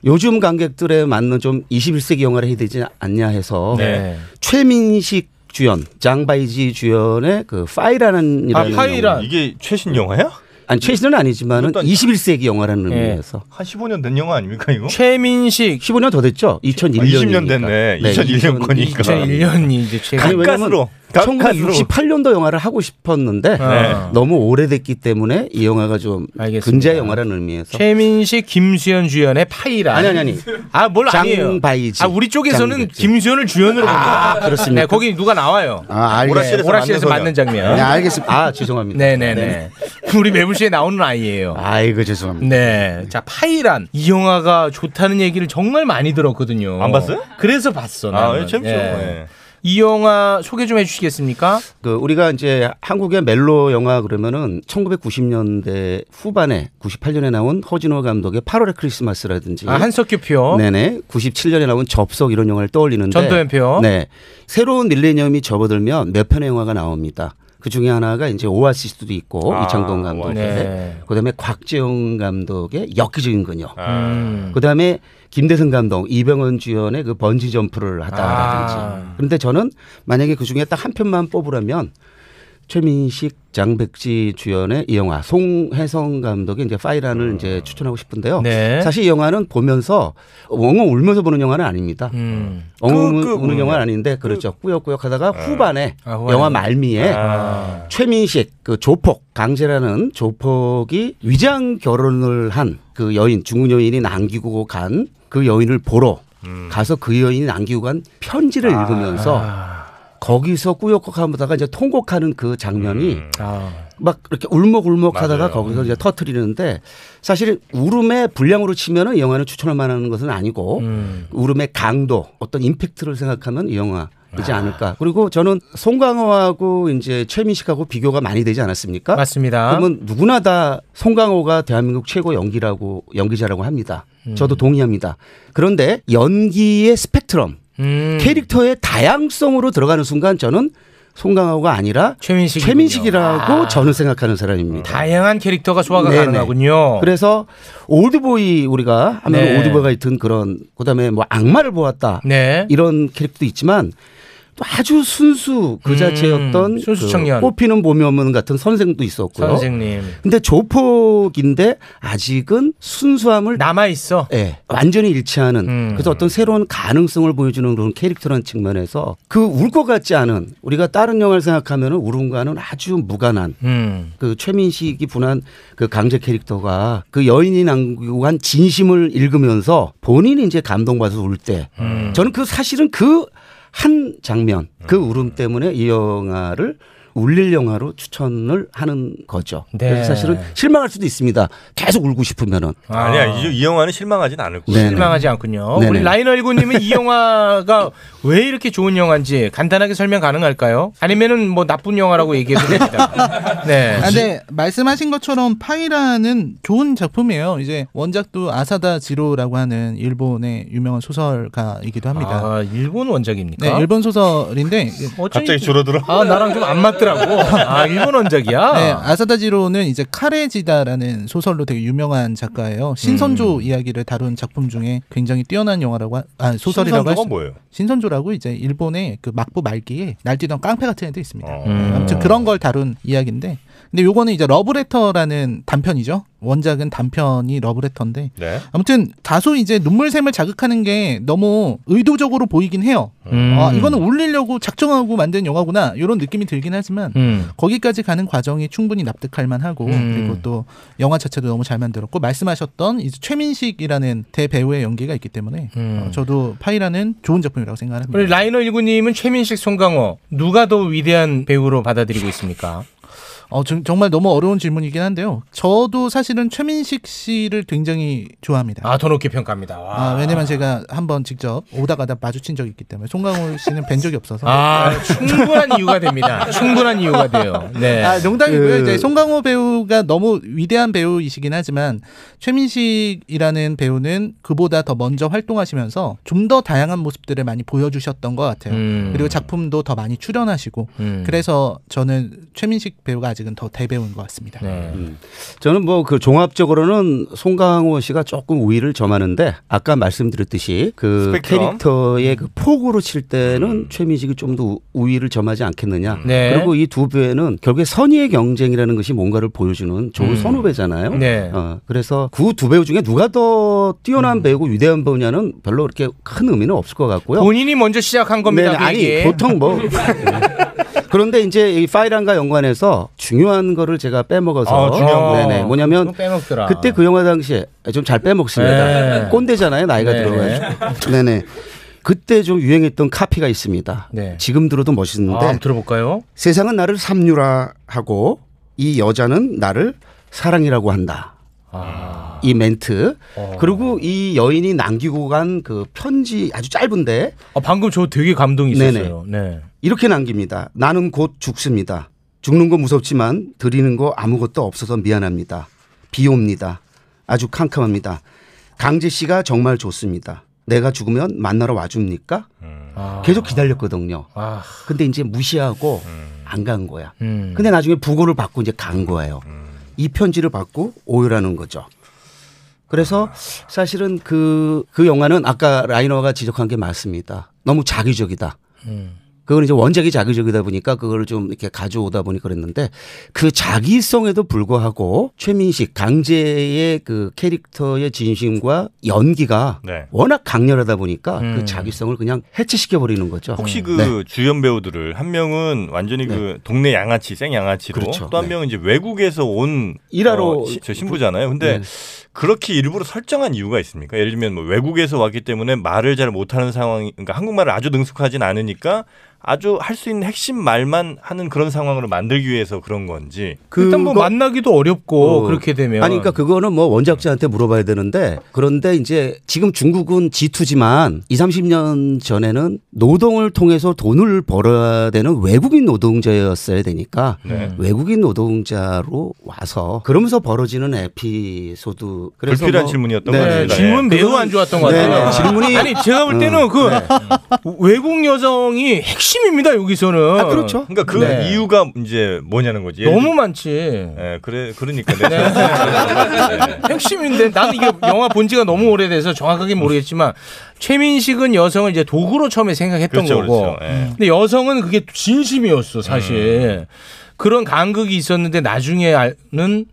요즘 관객들에 맞는 좀 21세기 영화를 해야 되지 않냐 해서 네. 최민식 주연, 장바이지 주연의 그 파이라는 아, 파이란. 이게 최신 영화야? 아니 최신은 아니지만은 21세기 영화라는 예. 의미에서 한 15년 된 영화 아닙니까 이거? 최민식 15년 더 됐죠? 2001년 어? 아, 20년 됐네. 2001년 거니까. 2001 이 이제 최근. 가까스로, 가까스로. 1968년도 영화를 하고 싶었는데 네. 너무 오래됐기 때문에 이 영화가 좀 근제 영화라는 의미에서 최민식 김수현 주연의 파이라. 아니, 아니, 아니. 아뭘 아니에요. 장바이지. 아 우리 쪽에서는 장바이지. 아, 김수현을 주연으로 본다. 그렇습니까? 네, 거기 누가 나와요. 아, 알겠- 오락실에서, 오락실에서 맞는 장면. 네, 알겠습니다. 아, 죄송합니다. 네네네. 우리 매불쇼에 나오는 아이예요. 아이고 죄송합니다. 네, 자 파이란 이 영화가 좋다는 얘기를 정말 많이 들었거든요. 안 봤어요? 그래서 봤어. 아, 나는. 네. 예, 재밌죠. 예. 이 영화 소개 좀 해주시겠습니까? 그 우리가 이제 한국의 멜로 영화 그러면은 1990년대 후반에 98년에 나온 허진호 감독의 8월의 크리스마스라든지 아, 한석규 표. 예. 네네 97년에 나온 접속 이런 영화를 떠올리는데 전도연 표. 네 새로운 밀레니엄이 접어들면 몇 편의 영화가 나옵니다. 그 중에 하나가 이제 오아시스도 있고 아, 이창동 감독의 네. 그다음에 곽재용 감독의 역기적인 그녀 음. 그다음에 김대성 감독 이병헌 주연의 그 번지 점프를 하다라든지 아. 그런데 저는 만약에 그 중에 딱 한 편만 뽑으라면 최민식 장백지 주연의 이 영화 송혜성 감독의 이제 파이란을 이제 추천하고 싶은데요. 네. 사실 이 영화는 보면서 엉엉 울면서 보는 영화는 아닙니다. 엉엉 그, 끄- 우는 음. 끄- 영화는 아닌데 그렇죠. 꾸역꾸역하다가 예. 후반에 아, 후반에. 영화 말미에 아. 최민식 그 조폭 강제라는 조폭이 위장 결혼을 한 그 여인 중국 여인이 남기고 간 그 여인을 보러 가서 그 여인이 남기고 간 편지를 아. 읽으면서 거기서 꾸역꾸역하다가 이제 통곡하는 그 장면이 막 이렇게 울먹울먹하다가 거기서 이제 터트리는데 사실 울음의 분량으로 치면은 이 영화는 추천할 만한 것은 아니고 울음의 강도 어떤 임팩트를 생각하면 이 영화. 이지 않을까. 그리고 저는 송강호하고 이제 최민식하고 비교가 많이 되지 않았습니까? 맞습니다. 그러면 누구나 다 송강호가 대한민국 최고 연기라고 연기자라고 합니다. 저도 동의합니다. 그런데 연기의 스펙트럼, 음. 음. 캐릭터의 다양성으로 들어가는 순간 저는 송강호가 아니라 최민식 최민식이라고 저는 생각하는 사람입니다. 아. 다양한 캐릭터가 소화가 네네. 가능하군요. 그래서 올드보이 우리가 하면 네. 올드보이가 있던 그런 그다음에 뭐 악마를 보았다 네. 이런 캐릭터도 있지만 아주 순수 그 음, 자체였던 순수 그 청년. 꽃피는 봄이오면 같은 선생도 있었고요. 선생님. 근데 조폭인데 아직은 순수함을 남아 있어. 음. 예, 완전히 일치하는 그래서 어떤 새로운 가능성을 보여주는 그런 캐릭터라는 측면에서 그 울 것 같지 않은 우리가 다른 영화를 생각하면 울음과는 아주 무관한 음. 그 최민식이 분한 그 강제 캐릭터가 그 여인이 남기고한 진심을 읽으면서 본인이 이제 감동받아서 울 때 음. 저는 그 사실은 그 한 장면 그 울음 때문에 이 영화를 울릴 영화로 추천을 하는 거죠. 네. 그래서 사실은 실망할 수도 있습니다. 계속 울고 싶으면은 아니야 이, 이 영화는 실망하진 않을 거예요. 네네. 실망하지 않군요. 네네. 우리 라이너 19님은 이 영화가 왜 이렇게 좋은 영화인지 간단하게 설명 가능할까요? 아니면은 뭐 나쁜 영화라고 얘기해도 됩니다. 네. 아, 근데 말씀하신 것처럼 파이라는 좋은 작품이에요. 이제 원작도 아사다 지로라고 하는 일본의 유명한 소설가이기도 합니다. 아, 일본 원작입니까? 네, 일본 소설인데 어쩐지- 아, 나랑 좀 안 맞더라고. 아, 일본 원작이야? 네, 아사다 지로는 이제 카레지다라는 소설로 되게 유명한 작가예요. 신선조 음. 이야기를 다룬 작품 중에 굉장히 뛰어난 영화라고 하- 아, 소설이라고 할 신선조가 수- 뭐예요? 신선조라고 이제 일본의 그 막부 말기에 날뛰던 깡패 같은 애도 있습니다. 음. 네, 아무튼 그런 걸 다룬 이야기인데 근데 요거는 이제 러브레터라는 단편이죠. 원작은 단편이 러브레터인데 네. 아무튼 다소 이제 눈물샘을 자극하는 게 너무 의도적으로 보이긴 해요. 음. 아, 이거는 울리려고 작정하고 만든 영화구나 이런 느낌이 들긴 하지만 음. 거기까지 가는 과정이 충분히 납득할 만하고 음. 그리고 또 영화 자체도 너무 잘 만들었고 말씀하셨던 이제 최민식이라는 대배우의 연기가 있기 때문에 어, 저도 파이라는 좋은 작품이라고 생각합니다. 우리 라이너 19님은 최민식, 송강호 누가 더 위대한 배우로 받아들이고 있습니까? 어, 정- 정말 너무 어려운 질문이긴 한데요. 저도 사실은 최민식 씨를 굉장히 좋아합니다. 아, 더 높게 평가합니다. 와. 아, 왜냐면 제가 한번 직접 오다 가다 마주친 적이 있기 때문에 송강호 씨는 뵌 적이 없어서 아, 충분한 이유가 됩니다. 충분한 이유가 돼요. 네. 아, 농담이고요. 그- 이제 송강호 배우가 너무 위대한 배우이시긴 하지만 최민식이라는 배우는 그보다 더 먼저 활동하시면서 좀 더 다양한 모습들을 많이 보여주셨던 것 같아요. 음. 그리고 작품도 더 많이 출연하시고 음. 그래서 저는 최민식 배우가 아직은 더 대배우인 것 같습니다. 음. 저는 뭐 그 종합적으로는 송강호 씨가 조금 우위를 점하는데 아까 말씀드렸듯이 그 스펙트럼. 음. 캐릭터의 그 폭으로 칠 때는 최민식이 좀 더 우위를 점하지 않겠느냐. 네. 그리고 이 두 배는 결국에 선의의 경쟁이라는 것이 뭔가를 보여주는 좋은 음. 선후배잖아요. 네. 어, 그래서 그 두 배우 중에 누가 더 뛰어난 배우고 위대한 배우냐는 별로 그렇게 큰 의미는 없을 것 같고요. 본인이 먼저 시작한 겁니다. 네, 그 아니, 얘기. 보통 뭐 그런데 이제 이 파이란과 연관해서 중요한 거를 제가 빼먹어서 아, 중요한 거. 네네. 뭐냐면 그거 빼먹더라. 그때 그 영화 당시에 좀 잘 빼먹습니다. 네. 꼰대잖아요 나이가 네네. 들어가지고 네네 그때 좀 유행했던 카피가 있습니다. 네. 지금 들어도 멋있는데 아, 한번 들어볼까요? 세상은 나를 삼유라 하고 이 여자는 나를 사랑이라고 한다. 아, 이 멘트 어. 그리고 이 여인이 남기고 간 그 편지 아주 짧은데 아, 방금 저 되게 감동이 있었어요. 네. 이렇게 남깁니다. 나는 곧 죽습니다. 죽는 거 무섭지만 드리는 거 아무것도 없어서 미안합니다. 비 옵니다. 아주 캄캄합니다. 강재 씨가 정말 좋습니다. 내가 죽으면 만나러 와줍니까? 아. 계속 기다렸거든요. 아. 근데 이제 무시하고 안 간 거야. 음. 근데 나중에 부고를 받고 이제 간 거예요. 이 편지를 받고 오열하는 거죠. 그래서 사실은 그, 그 영화는 아까 라이너가 지적한 게 맞습니다. 너무 자기적이다. 음. 그건 이제 원작이 자기적이다 보니까 그걸 좀 이렇게 가져오다 보니 그랬는데 그 자기성에도 불구하고 최민식 강재의 그 캐릭터의 진심과 연기가 네. 음. 워낙 강렬하다 보니까 그 자기성을 그냥 해체시켜 버리는 거죠. 혹시 그 네. 주연 배우들을 한 명은 완전히 그 동네 양아치 생 양아치로 그렇죠. 또 한 네. 명은 이제 외국에서 온 일하러 어, 시- 저 신부잖아요. 근데 네. 그렇게 일부러 설정한 이유가 있습니까? 예를 들면 뭐 외국에서 왔기 때문에 말을 잘 못하는 상황이 그러니까 한국말을 아주 능숙하진 않으니까 아주 할 수 있는 핵심 말만 하는 그런 상황으로 만들기 위해서 그런 건지 일단 뭐 그거- 만나기도 어렵고 어, 그렇게 되면 아니 그러니까 그거는 뭐 원작자한테 물어봐야 되는데 그런데 이제 지금 중국은 G2지만 2, 30년 전에는 노동을 통해서 돈을 벌어야 되는 외국인 노동자였어야 되니까 네. 외국인 노동자로 와서 그러면서 벌어지는 에피소드 그 불필요한 질문이었던 것 같습니다. 뭐 네, 질문 예. 매우 안 좋았던 것 네, 같아요. 네, 질문이- 아니 제가 볼 때는 음, 그 외국 여성이 핵심입니다 아, 여기서는. 그렇죠. 그러니까 그 아, 네. 이유가 이제 뭐냐는 거지. 너무 많지. 예, 그래 그러니까 네. 아, 핵심인데 나는 이게 영화 본 지가 너무 오래돼서 정확하게 모르겠지만 최민식은 여성을 이제 도구로 처음에 생각했던 그렇죠, 거고 그렇죠. 예. 근데 여성은 그게 진심이었어 사실 그런 간극이 있었는데 나중에 아는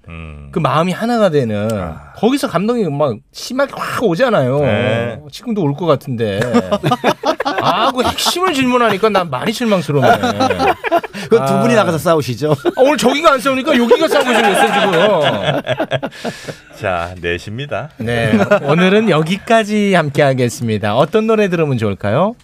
그 마음이 하나가 되는 아. 거기서 감동이 막 심하게 확 오잖아요 네. 지금도 올 것 같은데 아그 핵심을 질문하니까 난 많이 실망스러워 아. 그건 두 분이 나가서 싸우시죠. 오늘 저기가 안 싸우니까 여기가 싸우고 생겼어 지금 자, 내십니다. 네. 오늘은 여기까지 함께 하겠습니다. 어떤 노래 들으면 좋을까요?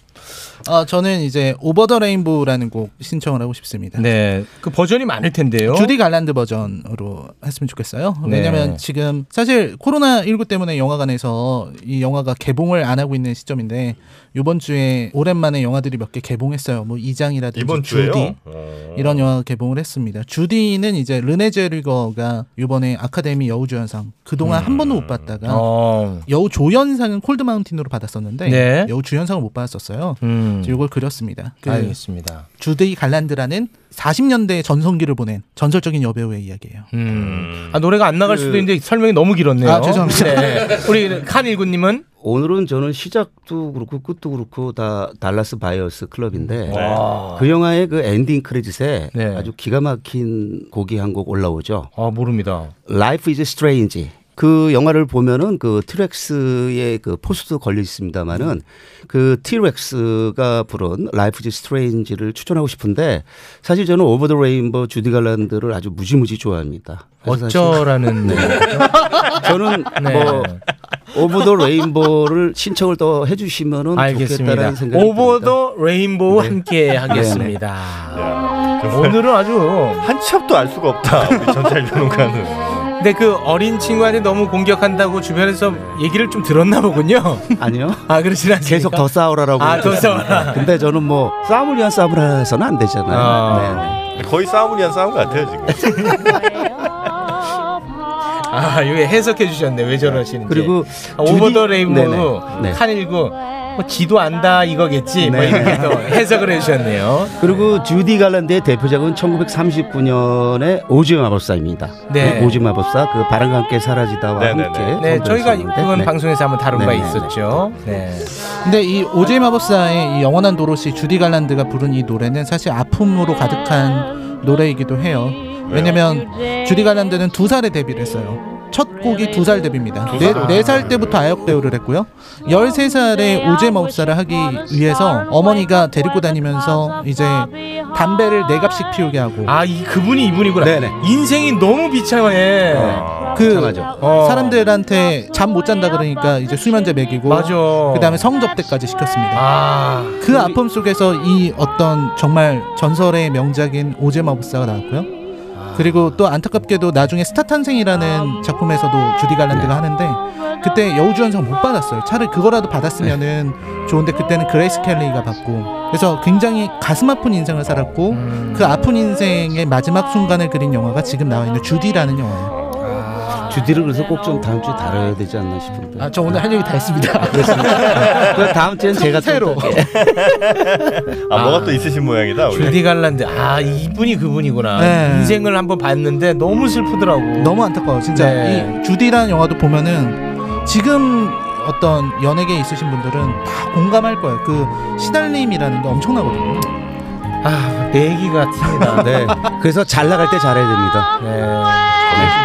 아, 저는 이제 오버 더 레인보우라는 곡 신청을 하고 싶습니다. 네. 그 버전이 많을 텐데요. 주디 갈란드 버전으로 했으면 좋겠어요. 네. 왜냐면 지금 사실 코로나 19 때문에 영화관에서 이 영화가 개봉을 안 하고 있는 시점인데 이번 주에 오랜만에 영화들이 몇 개 개봉했어요. 뭐 이장이라든지 이번 주에요? 주디 이런 영화 개봉을 했습니다. 주디는 이제 르네 제리거가 이번에 아카데미 여우조연상 그동안 한 번도 못 봤다가 어. 여우조연상은 콜드마운틴으로 받았었는데 네. 여우조연상은 못 받았었어요. 음. 그래서 이걸 그렸습니다. 그 알겠습니다. 주디 갈란드라는 40년대 전성기를 보낸 전설적인 여배우의 이야기예요. 음. 아, 노래가 안 나갈 그- 수도 있는데 설명이 너무 길었네요. 아, 죄송합니다. 네. 우리 칸일구님은 오늘은 저는 시작도 그렇고 끝도 그렇고 다 달라스 바이어스 클럽인데 와. 그 영화의 그 엔딩 크레딧에 음. 네. 아주 기가 막힌 곡이 한 곡 올라오죠. 아 모릅니다. Life is Strange. 그 영화를 보면은 그 트렉스의 그 포스도 걸려 있습니다만은 그 티렉스가 부른 Life is Strange를 추천하고 싶은데 사실 저는 오버 더 레인버 주디 갈란드를 아주 무지무지 좋아합니다. 그래서 사실- 어쩌라는 네. 저는 네, 뭐 오브 더 레인보를 신청을 더 해주시면은 알겠습니다. 좋겠다라는 생각이 오버 더 레인보우 네. 함께 하겠습니다. 오늘은 아주 네. 한 첩도 알 수가 없다. 우리 전철 변호가는. 근데 그 어린 친구한테 너무 공격한다고 주변에서 얘기를 좀 들었나 보군요. 아니요. 아 그러진 않습니까? 네. 계속 더 싸우라라고. 아, 더 그러셨습니다. 싸우라. 근데 저는 뭐 싸움을 위한 싸움을 해서는 안 되잖아요. 거의 싸움을 위한 싸움 같아요 지금. 아, 이거 해석해 주셨네. 왜 저러시는지. 그리고 아, 오버 더 주디- 레인보우 네네. 네. 칸일구 뭐 지도 안다 이거겠지. 뭐 네. 이렇게 또 해석을 해 주셨네요. 그리고 주디 갈란드의 대표작은 1939년의 오즈 마법사입니다. 네. 오즈 마법사 그 바람과 함께 사라지다와 함께. 네, 선보였었는데. 저희가 그건 네. 방송에서 한번 다룬 네, 바 네, 네. 있었죠. 네. 근데 이 오제이 마법사의 이 영원한 도로시 주디 갈란드가 부른 이 노래는 사실 아픔으로 가득한 노래이기도 해요. 왜냐면 주디 갈란드는 두 살에 데뷔를 했어요. 첫 곡이 두 살 데뷔입니다. 두 네, 살? 네 살 때부터 아역 배우를 했고요. 13살에 오제 마법사를 하기 위해서 어머니가 데리고 다니면서 이제 담배를 네 갑씩 피우게 하고 아, 이 그분이 이분이구나. 인생이 너무 비참해. 그 사람들한테 잠 못 잔다 그러니까 이제 수면제 먹이고 그다음에 성접대까지 시켰습니다. 아. 그 아픔 속에서 이 어떤 정말 전설의 명작인 오제마법사가 나왔고요. 그리고 또 안타깝게도 나중에 스타 탄생이라는 작품에서도 주디 갈란드가 하는데 그때 여우주연상 못 받았어요. 차라리 그거라도 받았으면은 좋은데 그때는 그레이스 켈리가 받고 그래서 굉장히 가슴 아픈 인생을 살았고 그 아픈 인생의 마지막 순간을 그린 영화가 지금 나와 있는 주디라는 영화예요. 주디를 그래서 꼭 좀 다음 주에 다뤄야 되지 않나 싶은데. 아, 저 오늘 할 얘기 다 했습니다. 아, 그렇습니다. 그럼 다음 주에는 제가 또 새로. 할게요. 아, 뭐가 또 있으신 모양이다. 우리. 주디 갈란드. 아, 이분이 그분이구나. 네. 아, 인생을 한번 봤는데 너무 슬프더라고. 너무 안타까워 진짜 네. 이 주디라는 영화도 보면은 지금 어떤 연예계에 있으신 분들은 다 공감할 거예요 그 시달림이라는 게 엄청나거든요 아 내기 같습니다 네. 그래서 잘 나갈 때 잘해야 됩니다. 네. 네.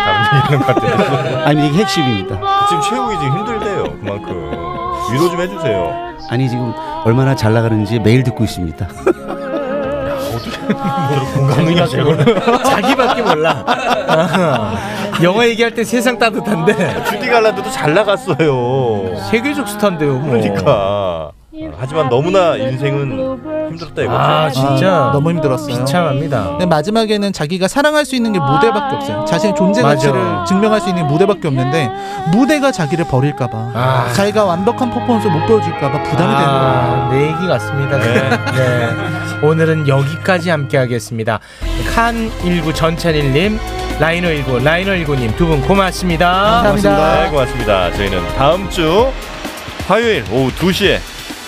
다른 얘기는 같아요. 아니 이게 핵심입니다. 지금 최욱이 지금 힘들대요. 그만큼 위로 좀 해주세요. 아니 지금 얼마나 잘 나가는지 매일 듣고 있습니다. 공감이야, 자기밖에 몰라. 아, 영화 얘기할 때 세상 따뜻한데. 주디 갈란드도 잘 나갔어요. 세계적 스타인데요. 뭐. 그러니까. 아, 하지만 너무나 인생은 힘들었다 이거죠. 아, 진짜. 너무 힘들었어요 비참합니다. 근데 마지막에는 자기가 사랑할 수 있는 게 무대밖에 없어요 자신의 존재 맞아. 가치를 증명할 수 있는 게 무대밖에 없는데 무대가 자기를 버릴까봐 아. 자기가 완벽한 퍼포먼스 못 보여줄까봐 부담이 되는 거예요 아, 내 얘기 같습니다. 네. 네. 오늘은 여기까지 함께 하겠습니다. 칸19 전찬일님, 라이너 19, 라이너 19님 두 분 고맙습니다. 고맙습니다. 네, 고맙습니다. 저희는 다음 주 화요일 오후 2시에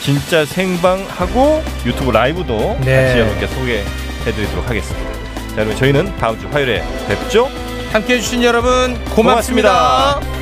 진짜 생방하고 유튜브 라이브도 네. 같이 여러분께 소개해드리도록 하겠습니다. 자, 여러분 저희는 다음 주 화요일에 뵙죠. 함께 해주신 여러분 고맙습니다. 고맙습니다.